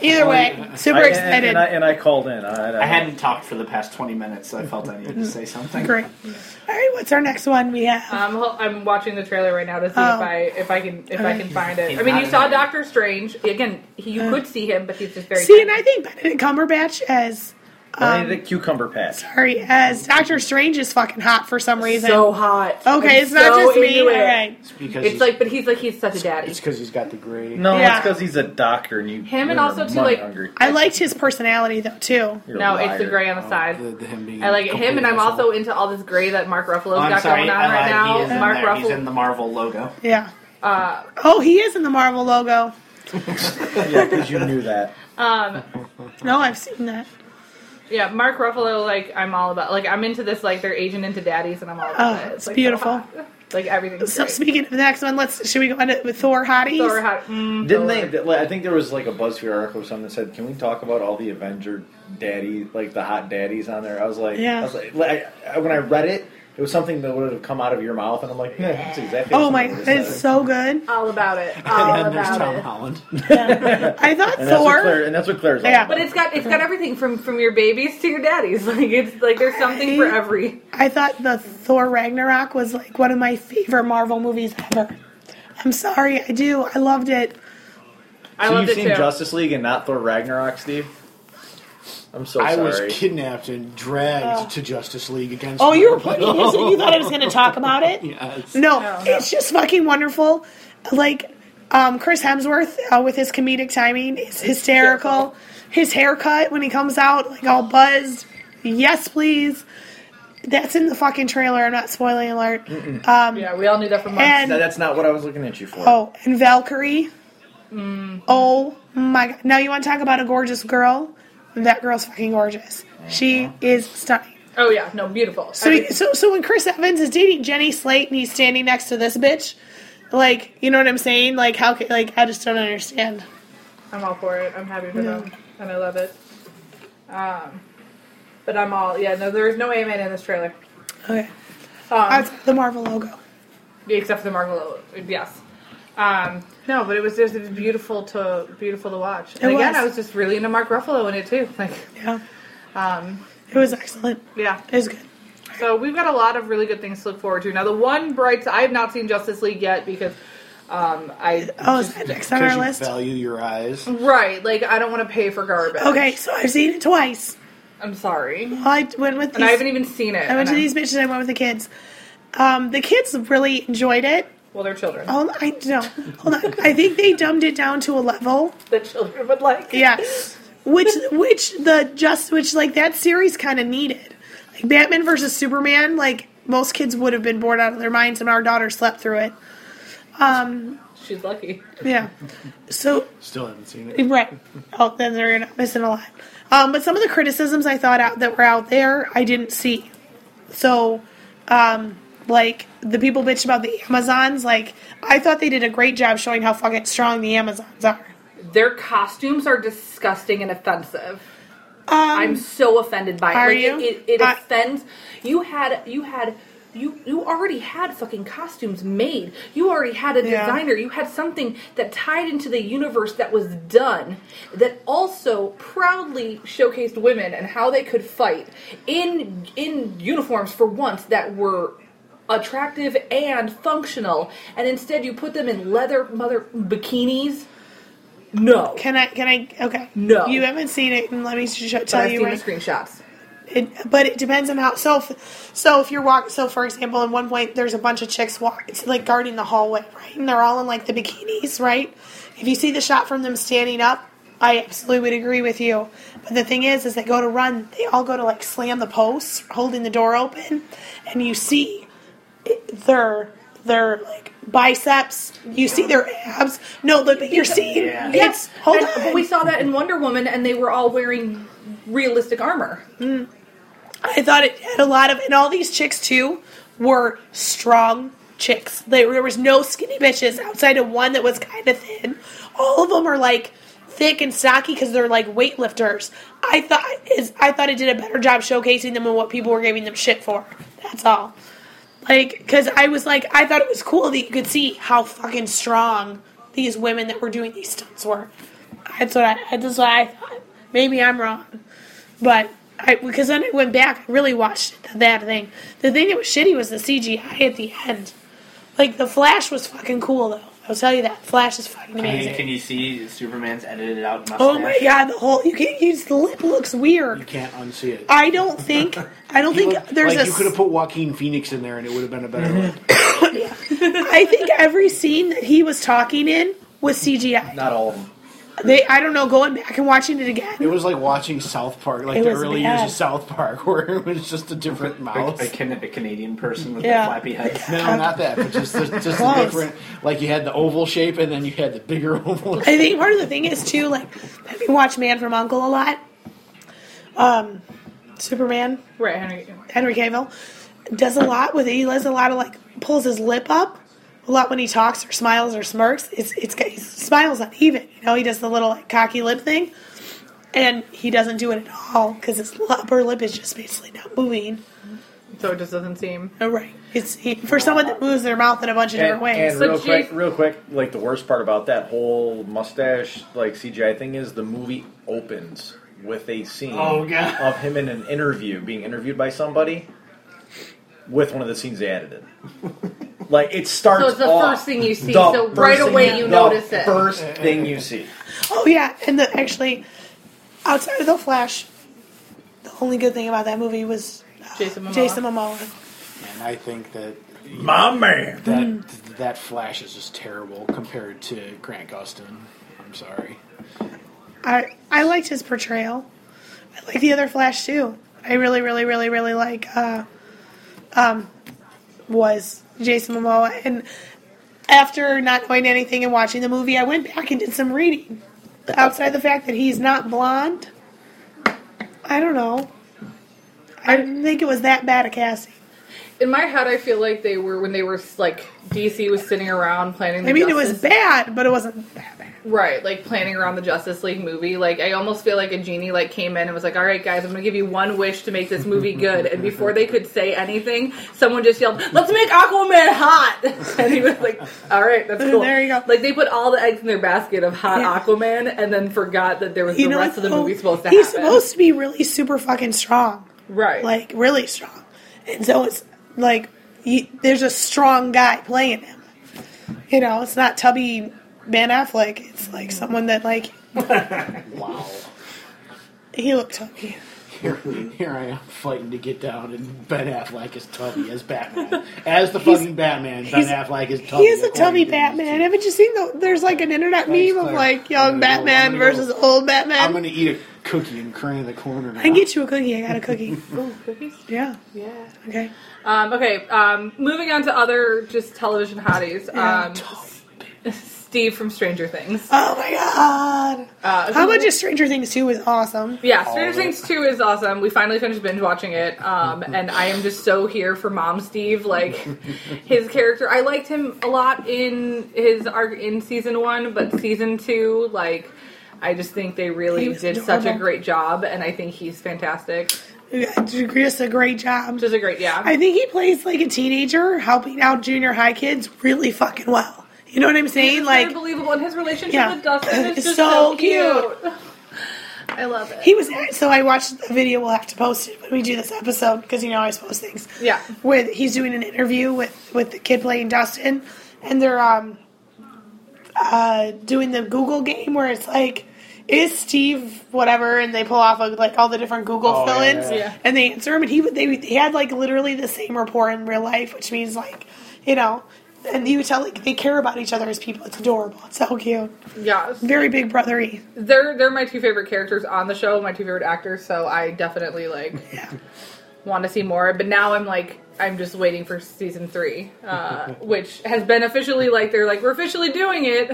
C: Either way, super
A: I, and,
C: excited.
A: and I, and I called in. I, I,
B: I hadn't talked for the past 20 minutes, so I felt I needed to say something.
C: Great. All right, what's our next one? We have.
D: Um, ho- I'm watching the trailer right now to see
C: Oh.
D: if I if I can if I can find it.
B: He's
D: I mean,
B: not
D: you
B: in
D: saw
B: it.
D: Doctor Strange again. He, you could see him, but he's just very.
C: Uh. See, and
D: tiny.
C: I think Benedict Cumberbatch as
D: um,
A: I needed a cucumber patch.
C: sorry as Doctor Strange is fucking hot for some reason.
D: so hot.
C: okay,
D: I'm
C: it's not
D: so
C: just me.
D: into
C: All
D: it.
C: right,
F: it's because
D: It's
F: he's,
D: like, but he's like he's such a daddy.
F: it's because he's got the gray.
A: No,
C: Yeah.
A: it's because he's a doctor and you.
D: Him
A: when
D: and also,
A: you're
D: too,
A: money
D: like-
A: hungry,
C: I liked his personality though too.
A: you're a
D: No, it's the
A: liar.
D: gray on
B: Oh,
D: the side.
F: The, the, him being
D: I like him, and I'm
F: completely
D: also into all this gray that Mark Ruffalo's
B: Oh, I'm
D: got
B: sorry.
D: going on
B: I lied. He
D: right
B: is in
D: now. Mark
B: there. He's in
D: Ruffalo.
B: the Marvel logo.
C: Yeah.
D: Uh,
C: Oh, he is in the Marvel logo.
A: Yeah, because you knew that.
D: um,
C: No, I've seen that.
D: yeah, Mark Ruffalo. Like I'm all about. Like I'm into this. Like they're aging into daddies, and I'm all about
C: Oh,
D: it.
C: it's
D: like,
C: beautiful.
D: so hot. like everything's
C: So
D: great.
C: speaking of the next one, let's should we go on it with Thor hotties?
D: Thor hot- mm,
A: Didn't
D: Thor.
A: they? th- like, I think there was like a BuzzFeed article or something that said, "Can we talk about all the Avenger daddy, like the hot daddies on there?" I was like,
C: Yeah.
A: I was like, like, I- when I read it, it was something that would have come out of your mouth, and I'm like, yeah, that's exactly.
C: oh
A: what
C: my,
A: somebody
C: it's
A: said."
C: so good.
D: All about it.
F: And
D: All
F: then there's
D: about
F: Tom
D: it.
F: Holland.
C: I thought
A: And that's what Claire,
C: Thor.
A: and that's what Claire's.
C: Yeah.
A: Yeah,
D: But it's got it's got everything from from your babies to your daddies. Like it's like there's something for every.
C: I thought the Thor Ragnarok was like one of my favorite Marvel movies ever. I'm sorry, I do. I loved it.
D: I
A: so
D: loved
A: you've
D: it
A: seen
D: too.
A: Justice League and not Thor Ragnarok, Steve? I'm so
F: I
A: sorry.
F: was kidnapped and dragged
C: Ugh.
F: to Justice League against.
C: Oh,
F: my
C: you were
F: will.
C: putting this in. You thought I was going to talk about it?
F: Yes.
C: No,
D: No.
C: it's just fucking wonderful. Like um, Chris Hemsworth uh, with his comedic timing is hysterical. His haircut when he comes out, like all buzzed. Yes, please. That's in the fucking trailer. I'm not spoiling alert.
D: Yeah, we all knew Mm-hmm. that for months.
A: No,
C: And
A: that's not what I was looking at you for.
C: oh, and Valkyrie.
D: Mm-hmm.
C: Oh my god! Now you want to talk about a gorgeous girl? That girl's fucking gorgeous. She
D: Uh-huh.
C: is stunning.
D: oh yeah, no, beautiful.
C: So,
D: Everything.
C: so, so when Chris Evans is dating Jenny Slate and he's standing next to this bitch, like, you know what I'm saying? Like, how? ca- Like, I just don't understand.
D: I'm all for it. I'm happy for them, and I love it. Um, but I'm all yeah. No, there's no Ant Man in this trailer,
C: Okay,
D: um,
C: that's the Marvel logo.
D: except for the Marvel. Yes. Um, no, but it was just it was beautiful to beautiful to watch. And
C: It
D: again,
C: was.
D: I was just really into Mark Ruffalo in it too. Like,
C: Yeah,
D: um,
C: it was excellent.
D: yeah.
C: It was good.
D: So we've got a lot of really good things to look forward to. Now, the one bright I have not seen Justice League yet because um, I
C: Oh, is that next on
F: Because
C: our
F: you
C: list? Mm.
F: value your eyes.
D: right like I don't want to pay for garbage.
C: Okay, so I've seen it twice.
D: I'm sorry, and
C: I went with
D: I haven't
C: these.
D: even seen it.
C: I went
D: and
C: to
D: I'm-
C: these bitches. I went with the kids. Um, the kids really enjoyed it.
D: Well, they're children.
C: Hold on, I no, hold on. I think they dumbed it down to a level
D: The children would like.
C: yeah. Which which the just which like that series kind of needed. Like Batman versus Superman, like most kids would have been bored out of their minds, and our daughter slept through it.
D: She's lucky.
C: Yeah. So
F: Still haven't seen it.
C: right. Oh, then they're not missing a lot. Um, but some of the criticisms I thought out that were out there, I didn't see. So, um, like the people bitch about the Amazons, like I thought they did a great job showing how fucking strong the Amazons are.
D: Their costumes are disgusting and offensive.
C: Um,
D: I'm so offended by it.
C: Are
D: like,
C: you?
D: It, it, it
C: I-
D: offends. You had you had you you already had fucking costumes made. You already had a
C: Yeah.
D: designer. You had something that tied into the universe that was done that also proudly showcased women and how they could fight in in uniforms for once that were attractive and functional and instead you put them in leather mother bikinis no
C: Can I? Can I? Okay.
D: No.
C: You haven't seen it, and let me just tell
D: but i've
C: you.
D: seen
C: right-
D: the screenshots
C: It, but it depends on how. So, if, so if you're walk, so for example, at one point there's a bunch of chicks walk. It's like guarding the hallway, right? And they're all in like the bikinis, right? If you see the shot from them standing up, I absolutely would agree with you. But the thing is, is they go to run, they all go to like slam the posts, holding the door open, and you see their their like biceps. You see their abs. No, but but you're seeing.
F: Yeah.
C: Yes. Hold
D: and
C: on.
D: We saw that in Wonder Woman, and they were all wearing realistic armor.
C: I thought it had a lot of, and all these chicks too were strong chicks. There there was no skinny bitches outside of one that was kind of thin. All of them are like thick and stocky because they're like weightlifters. I thought is I thought it did a better job showcasing them and what people were giving them shit for. That's all. Like, because I was like, I thought it was cool that you could see how fucking strong these women that were doing these stunts were. That's what I. That's what I thought. Maybe I'm wrong. But I because then I went back, I really watched that thing. The thing that was shitty was the CGI at the end. Like the Flash was fucking cool though. I'll tell you that Flash is fucking
B: Can you,
C: amazing.
B: can you see Superman's edited out mustache?
C: oh my god, the whole you can't use the lip looks
F: You
C: weird.
F: can't unsee it.
C: I don't think I don't think there's
F: like
C: a Mm-hmm.
F: you could have put Joaquin Phoenix in there and it would have been a better look.
C: I think every scene that he was talking in was CGI.
A: Not all of them.
C: They I don't know going back and watching it
F: It
C: again.
F: was like watching South Park, like
C: It
F: the
C: was
F: early
C: bad.
F: years of South Park, where it was just a different
B: A,
F: mouth.
B: a, Can- a Canadian person with
C: Yeah.
B: the flappy head.
F: no, not that, but just the, just the
C: Close.
F: different. Like you had the oval shape, and then you had the bigger oval.
C: I think part of the thing is too like have you watched Man from Uncle a lot? Um Superman,
D: Right, Henry.
C: Henry Cavill does a lot with it. He does a lot of like pulls his lip up a lot when he talks or smiles or smirks. It's it's he smiles not even. You know, he does the little like cocky lip thing, and he doesn't do it at all because his upper lip is just basically not moving.
D: So it just doesn't seem.
C: Oh, right. It's he, for someone that moves their mouth in a bunch of different
A: And,
C: ways.
A: and
D: So
A: real
D: Jay-
A: quick, real quick, like the worst part about that whole mustache like CGI thing is the movie opens with a scene
F: Oh, God.
A: of him in an interview being interviewed by somebody with one of the scenes they edited. Like it starts.
D: So it's the
A: off-
D: first thing you see,
A: the
D: so
A: first
D: right
A: thing
D: away you
A: the
D: notice it.
A: First thing you see.
C: oh yeah, and the actually outside of the Flash, only good thing about that movie was uh,
D: Jason Momoa.
C: Jason Momoa.
F: And I think that
A: My man.
F: that
C: Hmm.
F: that Flash is just terrible compared to Grant Gustin. I'm sorry.
C: I I liked his portrayal. I like the other Flash too. I really, really, really, really like uh, um, was Jason Momoa. And after not knowing anything and watching the movie, I went back and did some reading. Outside the fact that he's not blonde, I don't know. I didn't think it was that bad a casting.
D: In my head, I feel like they were when they were like DC was sitting around planning. The
C: I mean, it
D: Justice
C: was bad, but it wasn't that bad.
D: Right, like planning around the Justice League movie. Like I almost feel like a genie like came in and was like, "All right, guys, I'm gonna give you one wish to make this movie good." And before they could say anything, someone just yelled, "Let's make Aquaman hot!" And he was like, "All right, that's cool."
C: There you go.
D: Like they put all the eggs in their basket of hot
C: Yeah.
D: Aquaman, and then forgot that there was the rest
C: what,
D: of the
C: though?
D: movie supposed to
C: oh, He's
D: happen.
C: supposed to be really super fucking strong.
D: right,
C: like really strong. And so it's like you, there's a strong guy playing him. You know, it's not tubby Ben Affleck. It's like someone that like
F: Wow.
C: he looked tubby.
F: Here, here I am fighting to get down, and Ben Affleck is tubby as Batman. As the
C: He's-
F: fucking Batman, Ben
C: he's-
F: Affleck is tubby.
C: He is a
F: according
C: tubby
F: to these
C: Batman.
F: two.
C: Haven't you seen the? There's like an internet
F: Thanks,
C: meme of
F: Claire.
C: like
F: I'm
C: young
F: gonna go-
C: Batman
F: I'm gonna go-
C: versus old Batman.
F: I'm gonna eat a cookie and cry in the corner. Now.
C: I can get you a cookie. I got a cookie.
D: cookies.
C: yeah.
D: Yeah.
C: Okay.
D: Um, okay. Um, moving on to other just television hotties.
C: Yeah.
D: Um, Steve from Stranger Things.
C: Oh my god. How
D: Uh, who-
C: about just Stranger Things 2 was awesome.
D: Yeah,
F: All
D: Stranger
F: of it.
D: Things 2 is awesome. We finally finished binge watching it. Um, and I am just so here for Mom Steve. Like, his character, I liked him a lot in his arc in season one, but season two, like, I just think they
C: He
D: really
C: was
D: did such a
C: adorable.
D: great job, and I think he's fantastic.
C: Just a great job.
D: Just a great, yeah.
C: I think he plays like a teenager helping out junior high kids really fucking well. You know what I'm
D: He's
C: saying?
D: just
C: Like
D: very believable, and his relationship
C: Yeah.
D: with Dustin is
C: It's
D: just so,
C: so
D: cute. I love it.
C: he was so I watched the video we'll have to post it when we do this episode because you know I always post things.
D: Yeah.
C: With he's doing an interview with with the kid playing Dustin and they're um uh doing the Google game where it's like is Steve whatever and they pull off of, like all the different Google
F: Oh, yeah,
C: fill-ins
F: yeah,
D: yeah.
C: and they answer him and he would they, he had like literally the same rapport in real life which means like you know and you would tell like they care about each other as people it's adorable it's so cute
D: Yes.
C: very big brothery
D: They're, they're my two favorite characters on the show, my two favorite actors, so I definitely, like,
C: yeah
D: want to see more. But now I'm like, I'm just waiting for season three, uh, which has been officially like they're like we're officially doing it,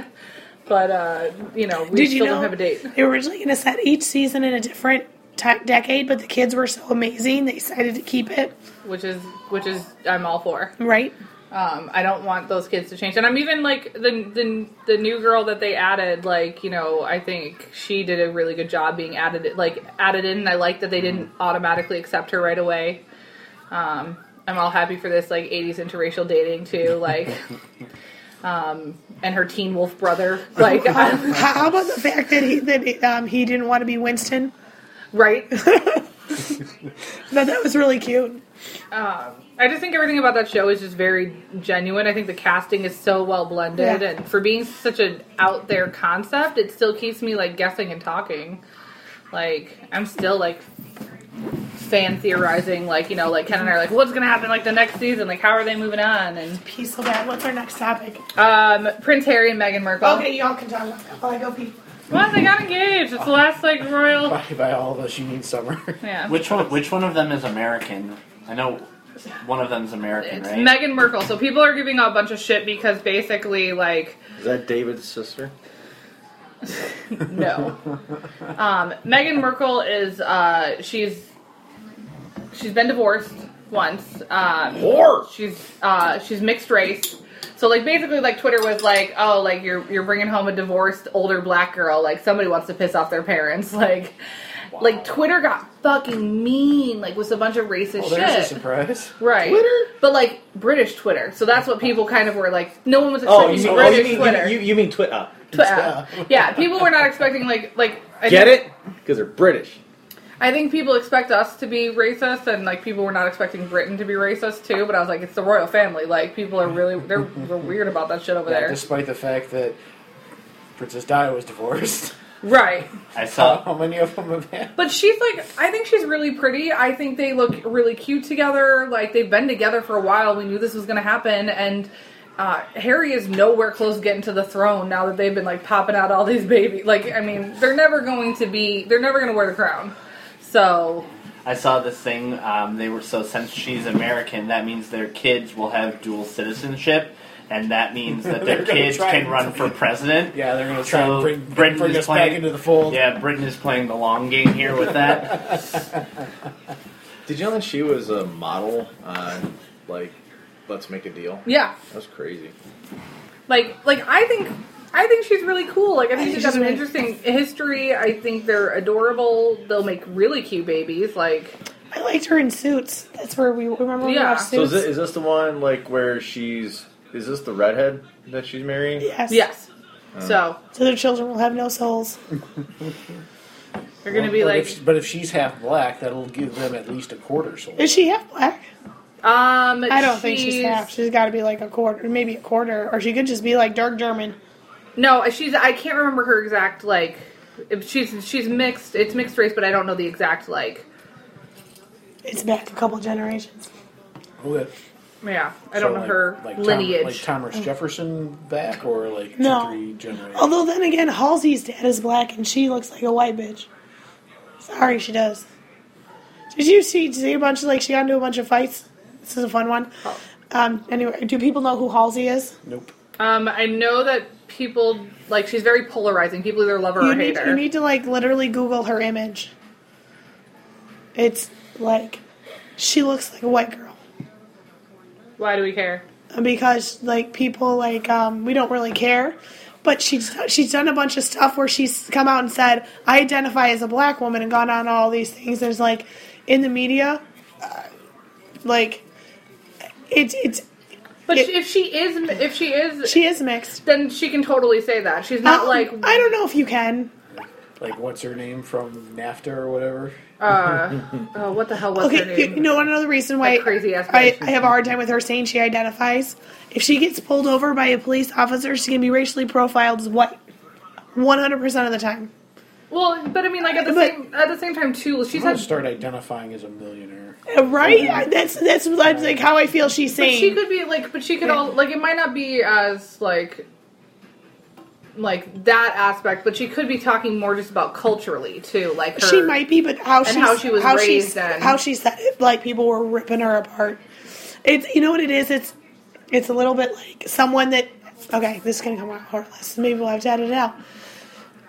D: but uh, you know we
C: Did
D: still
C: you know
D: don't have a date.
C: they were originally going to set each season in a different ti decade, but the kids were so amazing they decided to keep it
D: Which is which is I'm all for.
C: right.
D: Um, I don't want those kids to change, and I'm even like the the the new girl that they added. Like you know, I think she did a really good job being added like added in. And I like that they didn't automatically accept her right away. Um, I'm all happy for this like 80s interracial dating too. Like. Um, and her teen wolf brother, like, I'm-
C: How how about the fact that he that um, he didn't want to be Winston?
D: right?
C: But that was really cute.
D: I just think everything about that show is just very genuine. I think the casting is so well blended,
C: Yeah.
D: and for being such an out there concept, it still keeps me like guessing and talking. Like I'm still like fan theorizing, like you know, like Ken and I are like, what's gonna happen like the next season? Like how are they moving on? And
C: Pee so bad. What's our next topic?
D: um, Prince Harry and Meghan
A: Oh.
D: Markle.
C: Okay, y'all can talk about that while I go pee.
D: Well, they got engaged. It's the last like royal.
F: by, by all of us, you mean summer.
D: Yeah.
B: Which one? Which one of them is American? I know one of them's American,
D: It's
B: right?
D: Meghan Markle. So people are giving a bunch of shit because basically, like,
A: Is that David's sister?
D: No. Um, Meghan Merkel is uh, she's she's been divorced once. Um,
A: Whore.
D: she's uh, she's mixed race. So like basically like Twitter was like oh like you're you're bringing home a divorced older black girl like somebody wants to piss off their parents like like Twitter got fucking mean like with a bunch of racist
A: Oh,
F: well,
D: shit
F: there's a surprise.
D: right
A: Twitter?
D: but like British Twitter so that's what people kind of were like no one was
A: Oh,
D: expecting
A: you mean, oh, you
D: British
A: mean,
D: Twitter
A: you, you mean uh, Twitter?
D: Twi- uh, yeah people were not expecting like like I
A: Get
D: think-
A: it? Because they're British.
D: I think people expect us to be racist, and like people were not expecting Britain to be racist too. But I was like, it's the royal family. Like people are really they're, they're weird about that shit over
F: Yeah,
D: there.
F: despite the fact that Princess Di was divorced.
D: Right.
B: I saw
D: Oh.
F: How many of them have had?
D: But she's like, I think she's really pretty. I think they look really cute together. Like they've been together for a while. We knew this was going to happen, and uh, Harry is nowhere close to getting to the throne now that they've been like popping out all these babies. Like, I mean, they're never going to be. They're never going to wear the crown. So
B: I saw this thing. Um, they were so since she's American, that means their kids will have dual citizenship, and that means that their
F: They're gonna
B: kids
F: try
B: can
F: and-
B: run for president.
F: Yeah, they're going to try
B: So
F: and bring, bring,
B: Britain is
F: us
B: playing-
F: back into the fold.
B: Yeah, Britain is playing the long game here with that.
A: Did you know that she was a model on like Let's Make a Deal?
D: yeah,
A: That was crazy.
D: like, like I think. I think she's really cool. Like I think she's got
C: she's
D: an
C: really-
D: interesting history. I think they're adorable. They'll make really cute babies. Like
C: I liked her in Suits. That's where we remember we
D: Yeah.
C: watched
A: So
C: Suits.
A: is, it, is this the one like where she's? Is this the redhead that she's marrying?
C: yes.
D: yes. Uh, So
C: So their children will have no souls.
D: they're gonna be
F: But
D: like
F: if she- but if she's half black, that'll give them at least a quarter soul.
C: Is she half black?
D: Um,
C: I don't think she's half. She's got to be like a quarter, maybe a quarter, or she could just be like dark German.
D: No, she's. I can't remember her exact like. if She's she's mixed. It's mixed race, but I don't know the exact like.
C: It's back a couple generations.
F: Okay.
D: Yeah, I don't
F: So,
D: know
F: like-
D: her
F: like Tom-
D: lineage.
F: like Thomas Jefferson back, or like
C: Mm.
F: two,
C: No. Oh.
F: three generations.
C: Although then again, Halsey's dad is black and she looks like a white bitch. Sorry, she does. Did you see? Did you see a bunch of like she got into a bunch of fights? This is a fun one. Um, anyway, do people know who Halsey is?
F: Nope.
D: um, I know that people like she's very polarizing. People either love her
C: You
D: or
C: need,
D: hate
C: you
D: her.
C: need to like literally Google her image. It's like she looks like a white girl.
D: Why do we care?
C: because like people like um, we don't really care. But she's she's done a bunch of stuff where she's come out and said I identify as a black woman and gone on all these things. There's like in the media, uh, like it's it's
D: But
C: It-
D: if she is, if she is,
C: she is mixed.
D: then she can totally say that. She's not
C: Um,
D: like
C: I don't know if you can.
F: Like what's her name from NAFTA or whatever?
D: oh, uh, what the hell was her
C: Okay, you,
D: name?
C: you know what? Another reason why
D: That crazy ass
C: I,
D: bitch.
C: I have a hard time with her saying she identifies. If she gets pulled over by a police officer, she can be racially profiled as white, one hundred percent of the time.
D: well, but I mean, like at the
C: But-
D: same at the same time too, she's
F: I'm gonna
D: had.
F: start identifying as a millionaire.
C: Uh, Right? I- That's that's that's like how I feel she's
D: But
C: saying.
D: she could be like, but she could
C: Yeah.
D: all like it might not be as like like that aspect, but she could be talking more just about culturally too, like her,
C: She might be, but how, she's,
D: how she was
C: she's-
D: raised and-
C: how she said it, like people were ripping her apart. It's you know what it is. It's it's a little bit like someone that okay, this is gonna come out heartless. Maybe we'll have to edit it out.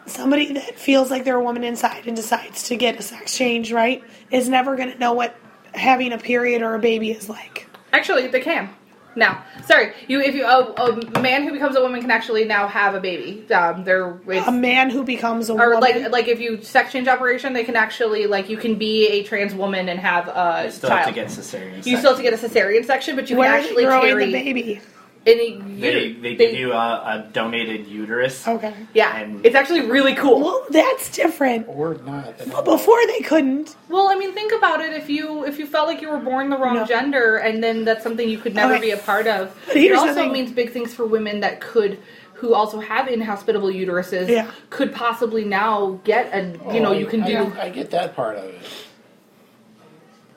C: Somebody that feels like they're a woman inside and decides to get a sex change, right, is never gonna know what having a period or a baby is like.
D: Actually, they can. Now, sorry, you if you a, a man who becomes a woman can actually now have a baby. Um, they're it's,
C: A man who becomes a
D: or
C: woman,
D: like like if you sex change operation, they can actually like you can be a trans woman and have a
B: You still
D: child.
B: have to get cesarean.
D: you still have to get a cesarean section, but you
C: where
D: can
C: are they
D: actually
C: growing
D: carry
C: the baby?
D: any.
B: They,
D: uter-
B: they give you uh, a, a donated uterus.
C: Okay.
D: Yeah,
B: and-
D: it's actually really cool.
C: Well, that's different.
F: Or not.
C: Before they couldn't.
D: Well, I mean, think about it. If you if you felt like you were born the wrong
C: No.
D: gender, and then that's something you could never
C: Okay.
D: be a part of,
C: But here's
D: it
C: the
D: also
C: thing.
D: means big things for women that could, who also have inhospitable uteruses,
C: Yeah.
D: could possibly now get and you know
F: Oh,
D: you can
F: I-
D: do.
F: I, get that part of it.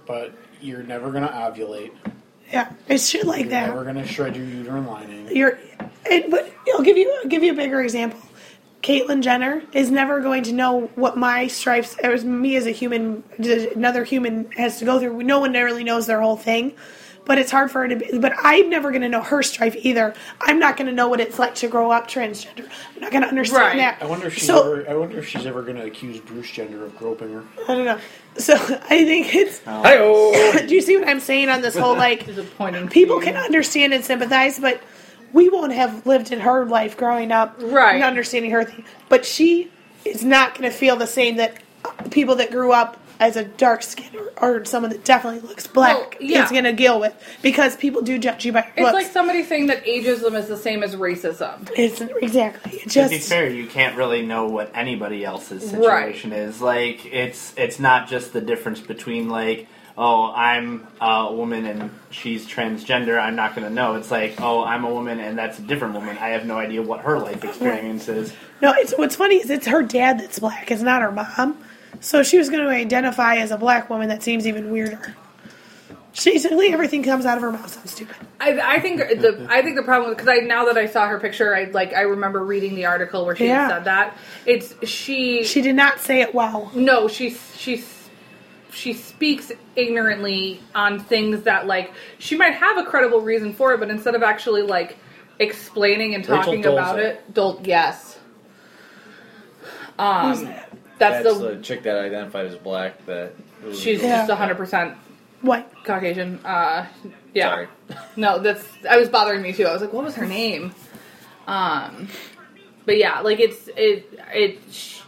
F: But you're never gonna ovulate.
C: Yeah, it's shit like
F: You're
C: that.
F: never gonna shred your uterine lining.
C: You're, and, but I'll give you I'll give you a bigger example. Caitlyn Jenner is never going to know what my stripes. It was me as a human, another human has to go through. No one really knows their whole thing, but it's hard for her to. Be, but I'm never going to know her stripe either. I'm not going to know what it's like to grow up transgender. I'm not going to understand
D: Right.
C: that.
F: I wonder if she's
C: so,
F: ever. I wonder if she's ever gonna accuse Bruce Jenner of groping her.
C: I don't know. So I think it's.
A: Hi-oh!
C: Do you see what I'm saying on this whole like?
D: Disappointing.
C: people can understand and sympathize, but we won't have lived in her life growing up,
D: Right.
C: And understanding her thing, but she is not going to feel the same that uh, people that grew up as a dark skin or, or someone that definitely looks black
D: Well, yeah.
C: is going to deal with because people do judge you by
D: It's
C: looks.
D: like somebody saying that ageism is the same as racism.
C: it's exactly it
B: to be
C: just
B: fair, you can't really know what anybody else's
D: Right.
B: situation is. Like it's it's not just the difference between like oh, I'm a woman and she's transgender, I'm not going to know. It's like, oh, I'm a woman and that's a different woman. I have no idea what her life experience is.
C: No, it's what's funny is it's her dad that's black. It's not her mom. So she was going to identify as a black woman. That seems even weirder. She's like everything comes out of her mouth sounds stupid.
D: I, I think the I think the problem because I now that I saw her picture, I like I remember reading the article where she had
C: Yeah.
D: said that it's she,
C: She did not say it well.
D: no she she she speaks ignorantly on things that like she might have a credible reason for it, but instead of actually like explaining and
F: Rachel
D: talking
F: Dolezal.
D: about it, Dol yes, um,
C: that?
D: that's,
A: That's,
D: the,
A: the, chick that identified as black. That was
D: she's
A: the-
D: just hundred percent
C: What?
D: Caucasian. Uh, yeah.
A: Sorry.
D: No, that's I was bothering me too. I was like, what was her name? Um, but yeah, like it's it it. She,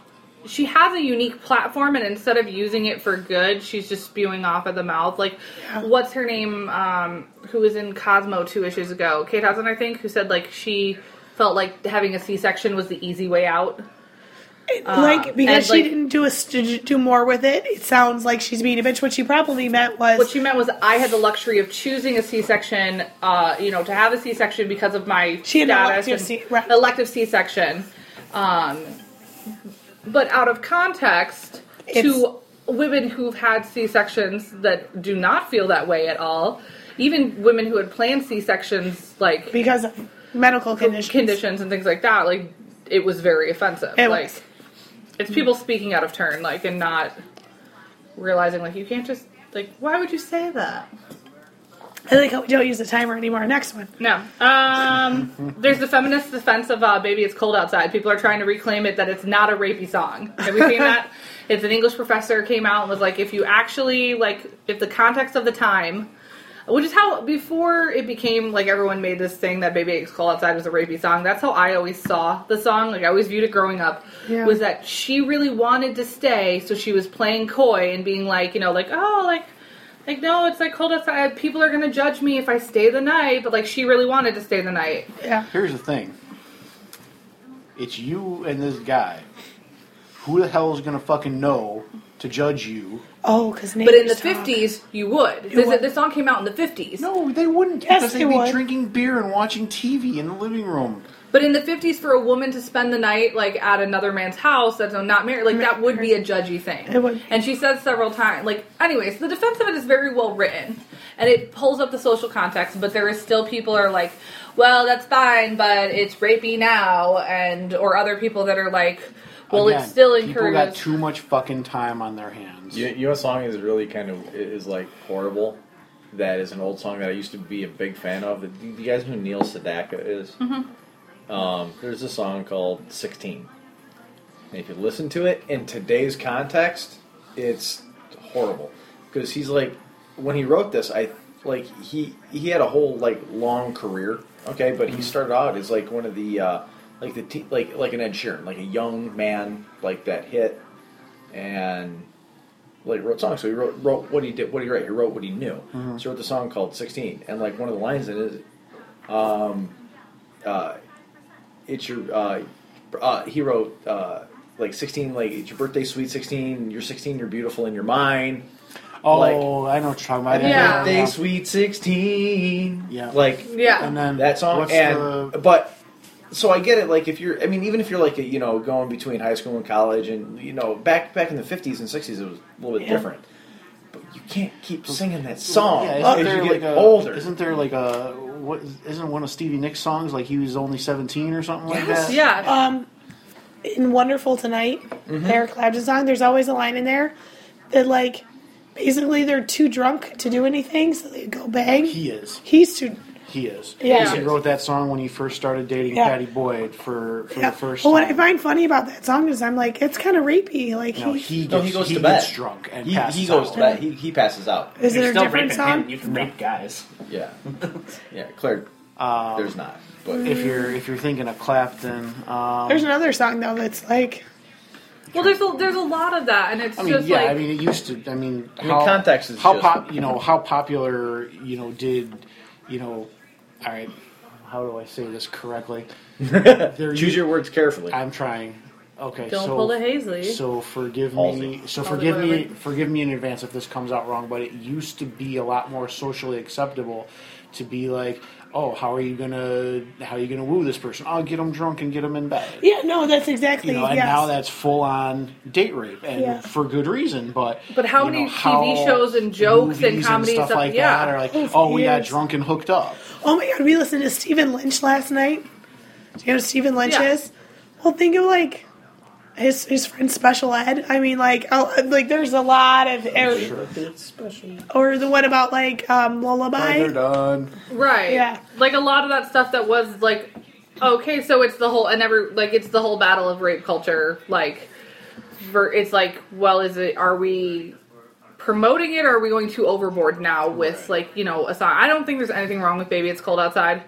D: she has a unique platform, and instead of using it for good, she's just spewing off at the mouth. Like, what's her name? Um, who was in Cosmo two issues ago? Kate Hudson, I think, who said like she felt like having a C section was the easy way out.
C: like because
D: Uh, and, like-
C: she didn't do a st- do more with it. It sounds like she's being a bitch. What she probably meant was
D: What she meant was I had the luxury of choosing a C-section, uh, you know, to have a C-section because of my
C: She had an
D: status
C: elective
D: and-
C: C- right.
D: elective C-section. Um, but out of context
C: It's-
D: to women who've had C-sections that do not feel that way at all, even women who had planned C-sections, like
C: because of medical conditions.
D: conditions and things like that, like it was very offensive.
C: It
D: like
C: was.
D: it's people speaking out of turn, like and not realizing like you can't just like why would you say that?
C: I like how we don't use the timer anymore. Next one.
D: No. Um there's the feminist defense of uh, baby it's cold outside. People are trying to reclaim it that it's not a rapey song. Have we seen that? It's an English professor came out and was like if you actually like if the context of the time which is how before it became like everyone made this thing that Baby It's Cold Outside was a rapey song. That's how I always saw the song. Like I always viewed it growing up.
C: Yeah.
D: Was that she really wanted to stay, so she was playing coy and being like, you know, like oh, like, like no, it's like cold outside. People are gonna judge me if I stay the night. But like she really wanted to stay the night.
C: Yeah.
F: Here's the thing. It's you and this guy. Who the hell is gonna fucking know to judge you?
C: Oh, because
D: But in the fifties, you would. This,
C: would.
D: this song came out in the fifties.
F: No, they wouldn't.
C: Yes,
F: because they'd
C: they
F: be
C: would.
F: drinking beer and watching TV in the living room.
D: But in the fifties, for a woman to spend the night like at another man's house that's not married, like that would be a judgy thing.
C: It would.
D: And she says several times, like, anyways, the defense of it is very well written, and it pulls up the social context. But there is still people are like, well, that's fine, but it's rapey now, and or other people that are like, well,
F: Again,
D: it's still
F: People got
D: encouraged.
F: too much fucking time on their hands.
A: You, you know, a song is really kind of is like horrible. That is an old song that I used to be a big fan of. Do you guys know who Neil Sedaka is? Um, there's a song called 16. And if you listen to it in today's context, it's horrible because he's like when he wrote this, I like he he had a whole like long career, okay, but he started out as like one of the uh, like the te- like like an Ed Sheeran, like a young man like that hit and like wrote songs. So he wrote wrote what he did, what he wrote. He wrote what he knew.
F: Mm-hmm.
A: So he wrote the song called Sixteen, and like one of the lines in it is, um, uh, it's your uh, uh, he wrote uh, like sixteen, like it's your birthday, sweet sixteen. You're sixteen, you're beautiful in your mind.
F: oh,
A: like-
F: I know what you're talking about.
D: Happy Yeah.
A: Birthday, sweet sixteen.
F: Yeah.
A: like
D: yeah.
F: And then
A: that song
F: what's
A: and
F: the-
A: but so I get it like if you're I mean even if you're like a, you know going between high school and college and you know back back in the 50s and 60s it was a little bit
C: Yeah.
A: different but you can't keep singing that song
F: Yeah, isn't
A: as
F: there
A: you
F: like
A: get
F: a,
A: older
F: Isn't there like a what? Isn't one of Stevie Nicks' songs like he was only seventeen or something like that?
D: yeah.
C: um, in Wonderful Tonight,
D: Mm-hmm.
C: Eric Clapton's on. There's always a line in there that like basically they're too drunk to do anything, so they go bang.
F: He is.
C: He's too.
F: He is.
C: Yeah.
F: Because He wrote that song when he first started dating
C: Yeah.
F: Patty Boyd for, for
C: Yeah.
F: the first
C: well, what I
F: time.
C: find funny about that song is I'm like, it's kind of rapey. Like,
F: No,
C: he,
F: he gets,
A: no he goes to bed
F: gets drunk and
A: he,
F: passes
A: he goes
F: out.
A: to bed he, he passes out
C: is there
B: You're
C: a
B: still
C: different
B: raping
C: song?
B: him. You can rape guys.
A: yeah yeah Claire
F: Um,
A: there's not but
F: If you're if you're thinking of Clapton, um,
C: There's another song though that's like,
D: well, there's a there's a lot of that, and it's
F: I mean,
D: just
F: yeah,
D: like
F: I mean, it used to. I mean,
A: mean, context is
F: how
A: just-
F: pop, you know, how popular, you know, did, you know, all right, how do I say this correctly? there
A: choose your words carefully
F: I'm trying. Okay.
G: Don't
F: so,
G: pull a Hazley.
F: So forgive me.
A: Halsey.
F: So
G: Halsey,
F: forgive me.
G: whatever.
F: Forgive me in advance if this comes out wrong, but it used to be a lot more socially acceptable to be like, "Oh, how are you gonna? How are you gonna woo this person? I'll get them drunk and get them in bed."
C: Yeah, no, that's exactly
F: You know, and
C: yes.
F: now that's full on date rape, and
C: Yeah.
F: for good reason. But
D: But how
F: you know,
D: many
F: how
D: TV shows and jokes and
F: movies
D: comedy
F: and stuff
D: stuff-
F: like
D: yeah.
F: that are like,
C: Oh, for
F: oh, we got
C: years.
F: drunk and hooked up.
C: Oh my god, we listened to Stephen Lynch last night. Do you know who Stephen Lynch
D: Yeah.
C: is? Well, think of like his his friend Special Ed. I mean, like i like there's a lot of or, or the one about like um,
F: They're
C: Lullaby.
F: done.
D: Right.
C: Yeah.
D: Like a lot of that stuff that was like, okay, so it's the whole and every like it's the whole battle of rape culture. Like, ver, it's like, well, is it are we promoting it or are we going too overboard now with like you know a song? I don't think there's anything wrong with "Baby It's Cold Outside."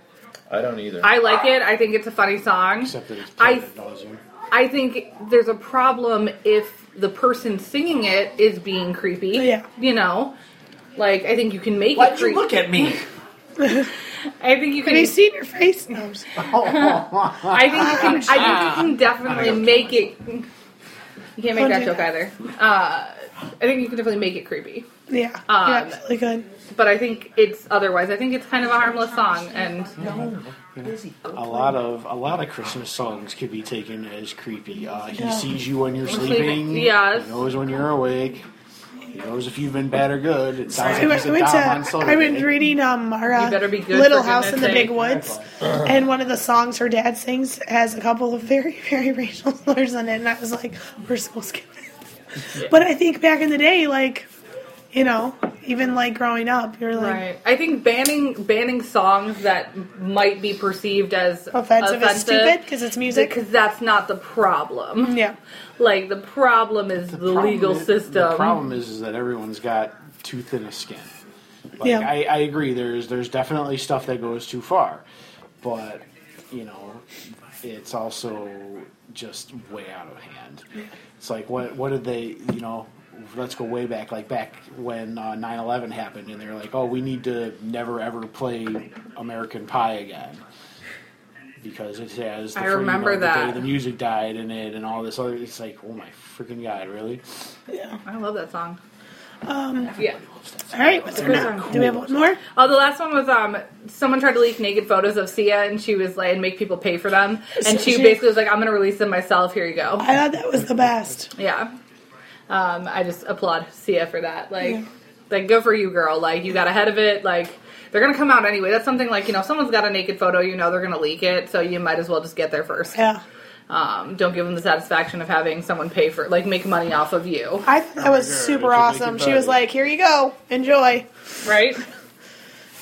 A: I don't either.
D: I like it. I think it's a funny song.
F: Except that it's
D: I-
F: played ad nauseam.
D: I think there's a problem if the person singing it is being creepy.
C: Yeah.
D: You know. Like I think you can make it
B: Why'd you
D: creepy.
B: look at me?
D: I think you can.
C: Have you seen your face? No, I'm just-
D: I think you can. I
B: Ah.
D: think you can definitely make it. You can't make
C: Don't
D: that
C: do
D: joke
C: that.
D: either. Uh, I think you can definitely make it creepy,
C: yeah,
D: Um,
C: yeah, it's really good.
D: but I think it's otherwise. I think it's kind of a harmless song, and
F: A lot of a lot of Christmas songs could be taken as creepy. Uh, he
C: Yeah.
F: sees you when you're
D: Sleeping,
F: sleeping.
D: yes.
F: He knows when you're awake. He knows if you've been bad or good. It sounds
C: I went,
F: like he's
C: I
F: a
C: went
F: dom on
C: to.
F: soda.
C: I was
F: day.
C: reading um, our uh,
D: You better be good
C: Little
D: for
C: House in
D: goodness
C: the Big
D: sake.
C: Woods,
F: Uh-huh.
C: and one of the songs her dad sings has a couple of very, very racial slurs in it, and I was like, we're so skipping. But I think back in the day, like, you know, even like growing up, you're like,
D: right. I think banning banning songs that might be perceived as
C: offensive is stupid because it's music.
D: because that's not the problem.
C: Yeah,
D: Like the problem is the,
F: problem
D: legal
F: is-
D: system.
F: The problem is, is that everyone's got too thin a skin. Like,
C: Yeah.
F: I, I agree. There's there's definitely stuff that goes too far, but you know, it's also just way out of hand. It's like what what did they you know? Let's go way back, like back when uh, 9/11 happened, and they're like, "Oh, we need to never ever play American Pie again." because it has the
D: I
F: freedom
D: remember
F: of the
D: that.
F: day the music died in it and all this other it's like oh my freaking god really
D: I love that song. Um, yeah.
C: all right. What's our next? Do we have one more?
D: Oh, the last one was um, someone tried to leak naked photos of Sia, and she was like, and make people pay for them, and she
C: She-
D: basically was like, "I'm gonna release them myself. Here you go."
C: I thought that was the best.
D: Yeah, um, I just applaud Sia for that. Like,
C: Yeah.
D: like go for you, girl. Like you got ahead of it. Like they're gonna come out anyway. That's something like you know, if someone's got a naked photo, you know they're gonna leak it, so you might as well just get there first.
C: Yeah,
D: Um, don't give them the satisfaction of having someone pay for like make money off of you,
C: I thought
F: Oh
C: that was super awesome. She was like, "Here you go, enjoy."
D: right?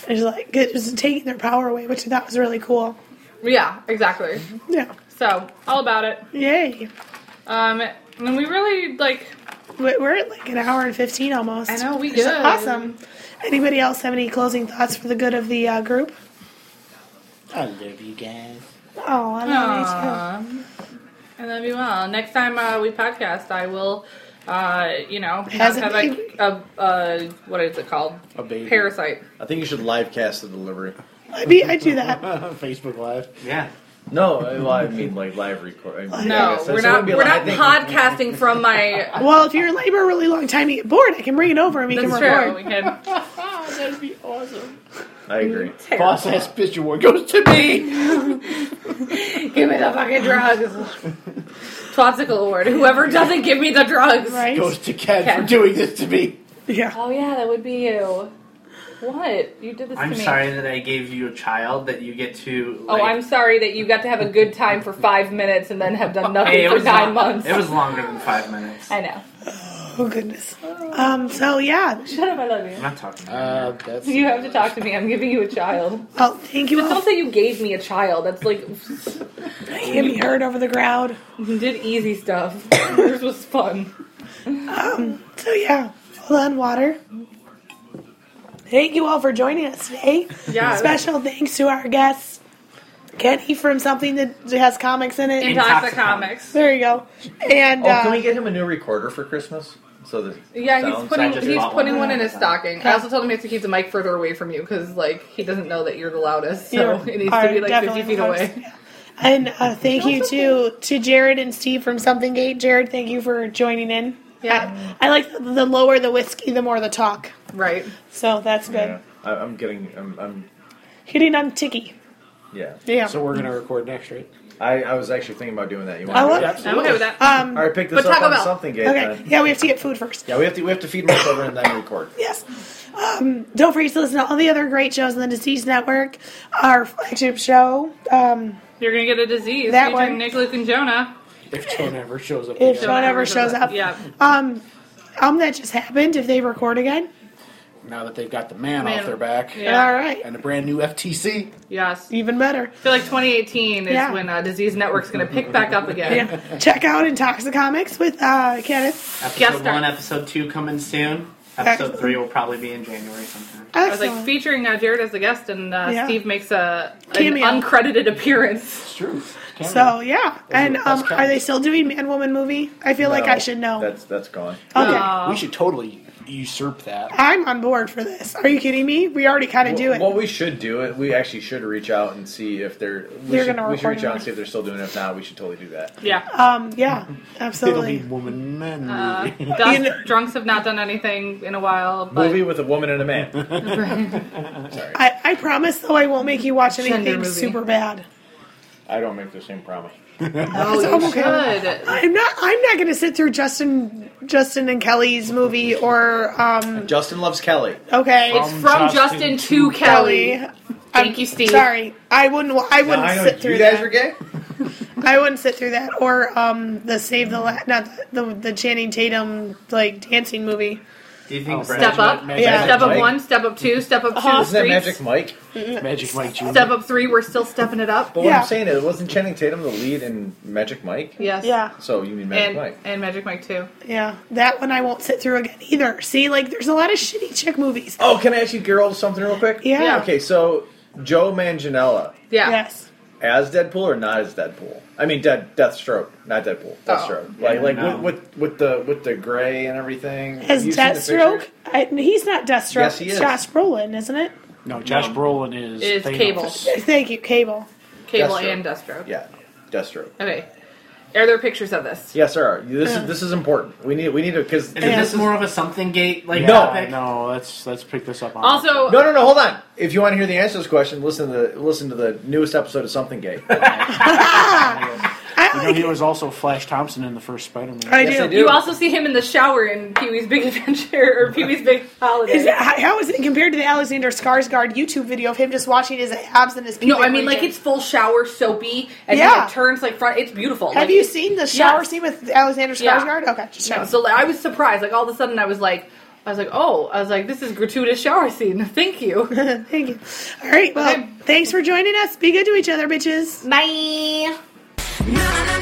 C: It was like it was taking their power away, which I thought was really cool.
D: yeah, exactly.
C: Yeah.
D: So all about it.
C: Yay.
D: Um, and we really like.
C: We- We're at like an hour and 15 almost.
D: I know, we
C: Which is
D: good.
C: Awesome. Anybody else have any closing thoughts for the good of the uh, group?
F: i love you guys
C: Oh, I love
D: Aw. I love you all. Next time uh, we podcast, I will, uh, you know, have,
C: Has
D: have
C: it
D: a, a, a what is it called?
F: A baby.
D: Parasite.
A: I think you should live cast the delivery.
C: you too. I, be, I do that.
F: facebook live
B: Yeah.
A: No, I, well, I mean like live record. I mean, yeah, I
D: No,
A: guess
D: we're
A: that's- it
D: not.
A: would be
D: We're
A: like- I
D: not
A: think-
D: podcasting from my.
C: Well, if you're in labor a really long time, you get bored. I can bring it over and we
D: That's
C: can
D: true.
C: record.
D: We can.
F: that'd be awesome
A: I agree.
F: boss ass bitch award goes to me
D: Give me the fucking drugs. Twopsicle award. Whoever doesn't give me the drugs.
C: Right?
F: goes to ken
D: Ken.
F: for doing this to me
C: Yeah.
D: Oh yeah, that would be you. What you did this
B: I'm
D: to me?
B: sorry that I gave you a child that you get to.
D: Oh,
B: like-
D: I'm sorry that you got to have a good time for five minutes and then have done nothing
B: Hey, it
D: for
B: was long-
D: nine months.
B: It was longer than five minutes.
D: I know.
C: Oh, goodness. Um. So, yeah.
D: Shut up, I love
B: I'm
D: you.
B: not talking.
F: uh that's
D: You have to talk to me. I'm giving you a child.
C: Well, thank you
D: But
C: all.
D: don't say you gave me a child. That's like
C: Can be heard over the crowd.
D: you did easy stuff. Yours was fun.
C: Um, So, yeah. Hold on, water. Thank you all for joining us today.
D: Yeah.
C: Special thanks to our guests, Kenny from something that has comics in it.
D: Intoxicomics.
C: There you go. And
A: Oh, can
C: uh,
A: we get him a new recorder for Christmas? So the
D: Yeah, he's
A: sound-
D: putting
B: I just
D: he's
B: bought
D: putting
B: one.
D: one in his stocking. I also told him he has to keep the mic further away from you because like he doesn't know that you're the loudest, so
C: you
D: it needs
C: are
D: to be like
C: definitely
D: 50 feet
C: the host.
D: away.
C: Yeah. And uh, thank you to to Jared and Steve from Something Gate. Jared, thank you for joining in.
D: Yeah.
C: I, I like the, the lower the whiskey, the more the talk.
D: Right.
C: So that's good.
A: Yeah, I, I'm getting. I'm, I'm.
C: Hitting on Tiki.
A: Yeah.
C: Yeah.
F: So we're going to record next, right?
A: I, I was actually thinking about doing that. You want? to do
C: I would-
A: that?
D: I'm okay with that.
A: All right, pick this
D: But
A: up
D: Taco
A: on
D: Bell.
A: something, Gabe.
C: Um, okay.
A: then.
C: Yeah, we have to get food first.
A: Yeah, we have to we have to feed my children and then record.
C: Yes. Um, don't forget to listen to all the other great shows on the Disease Network. Our flagship show, um,
D: You're gonna get a disease
C: That
D: featuring
C: one.
D: Nick, Luke, and Jonah.
F: If Tone ever shows up.
C: if
F: again.
C: Sean ever
D: ever
C: shows
D: shows
C: up.
D: up. Yeah.
C: Um, um, that just happened. If they record again,
F: now that they've got the man,
D: Man.
F: off their back
D: Yeah.
C: all right,
F: and a brand new FTC.
D: Yes. I
C: even better.
D: feel like 2018 is
C: Yeah.
D: when uh, Disease Network's gonna pick back up again.
C: Yeah. Check out Intoxicomics with uh, Kenneth.
B: Episode
D: Guest star.
B: one, episode two coming soon.
C: Excellent.
B: Episode three will probably be in January sometime.
D: I was like featuring uh, Jared as a guest, and uh,
C: Yeah.
D: Steve makes a an
C: Cameo.
D: uncredited appearance.
F: It's true. Canada.
C: So yeah, and
F: that's
C: um,
F: Kenneth.
C: are they still doing Man Woman movie? I feel like
A: No,
C: I should know.
A: That's that's gone.
C: okay,
D: Uh,
F: we should totally usurp that.
C: I'm on board for this. Are you kidding me? We already kind of do it.
A: Well, we should do it. We actually should reach out and see if they're. We
C: They're
A: should,
C: gonna
A: we should
C: record
A: reach out
C: one.
A: and see if they're still doing it. If not, we should totally do that.
D: yeah.
C: um, yeah,
F: It'll be
C: absolutely.
F: woman men.
D: Uh,
F: movie.
D: Dust-
C: You know-
D: drunks have not done anything in a while. But
A: Movie with a woman and a man.
C: I, I promise, though, I won't make you watch
D: Gender
C: anything
D: movie.
C: super bad.
A: I don't make the same promise.
D: oh, you
C: I'm okay with
D: should.
C: I'm not. I'm not going to sit through Justin, Justin and Kelly's movie or um.
A: Justin loves Kelly.
C: Okay,
D: It's
F: From
D: from Justin
F: Justin
D: to
F: to
D: Kelly.
C: I'm
D: Thank you, Steve.
C: Sorry, I wouldn't. I wouldn't
A: I know
C: sit through
A: you guys
C: that.
A: were gay.
C: I wouldn't sit through that or um the Save the La- not the, the the Channing Tatum like dancing movie.
B: Do you think Brandon
D: Oh, Step up.
F: Magic
C: Yeah.
D: Step up
A: Mike.
D: one, step up two, step up two.
C: Uh-huh.
A: Isn't that
D: streets.
A: Magic Mike?
F: Magic Mike Jr.
D: Step up three, we're still stepping it up.
A: But what
C: Yeah.
A: I'm saying is, wasn't Channing Tatum the lead in Magic Mike?
D: Yes.
C: Yeah,
A: So you mean Magic
D: And
A: Mike?
D: and Magic Mike too.
C: yeah, that one I won't sit through again either. See, like there's a lot of shitty chick movies.
A: Oh, can I ask you girls something real quick?
C: Yeah. Yeah.
A: Okay, so Joe Manganiello
D: Yeah.
C: Yes,
A: as Deadpool or not as Deadpool? I mean, Dead Deathstroke, not
C: Oh.
A: Deadpool. Deathstroke. like
B: Yeah,
A: like
B: no.
A: with, with with the with the gray and everything.
C: as
A: Have you seen the
C: Deathstroke.
A: pictures?
C: I, he's not Deathstroke.
A: Yes, he is.
C: Josh Brolin, isn't it?
F: No, Josh Brolin is.
D: Is
F: Thanos.
D: Cable.
C: Thank you, Cable.
D: Cable
A: Deathstroke.
D: and Deathstroke.
A: Yeah, Deathstroke.
D: Okay. Are there pictures of this?
A: Yes, sir. This
C: Yeah.
A: is this is important. We need we need to because
B: Is
C: Yeah.
B: this more of a something gate like
F: Yeah,
B: topic?
F: no, let's let's pick this up. On
D: Also,
A: no no no hold on. If you want to hear the answer to this question, listen to the, listen to the newest episode of Something Gay.
C: I
F: you know,
C: like
F: he was also Flash Thompson in the first Spider-Man.
C: I
A: Yes,
C: do.
A: I do.
D: you also see him in the shower in Pee Wee's Big Adventure or Pee Wee's Big Holiday.
C: Is that, how- how is it compared to the Alexander Skarsgård YouTube video of him just watching his abs and his pubic
D: no, I mean like
C: region?
D: it's full shower soapy and
C: Yeah.
D: then it turns like front. It's beautiful.
C: Have
D: Like,
C: you
D: it's-
C: seen the shower
D: Yeah.
C: scene with Alexander
D: Yeah.
C: Skarsgård? Okay, just
D: No,
C: checking.
D: so like, I was surprised. Like all of a sudden, I was like, I was like, oh, I was like, this is gratuitous shower scene. Thank you.
C: Thank you. All right. Well,
D: Okay.
C: thanks for joining us. Be good to each other, bitches.
D: Bye.
E: Na na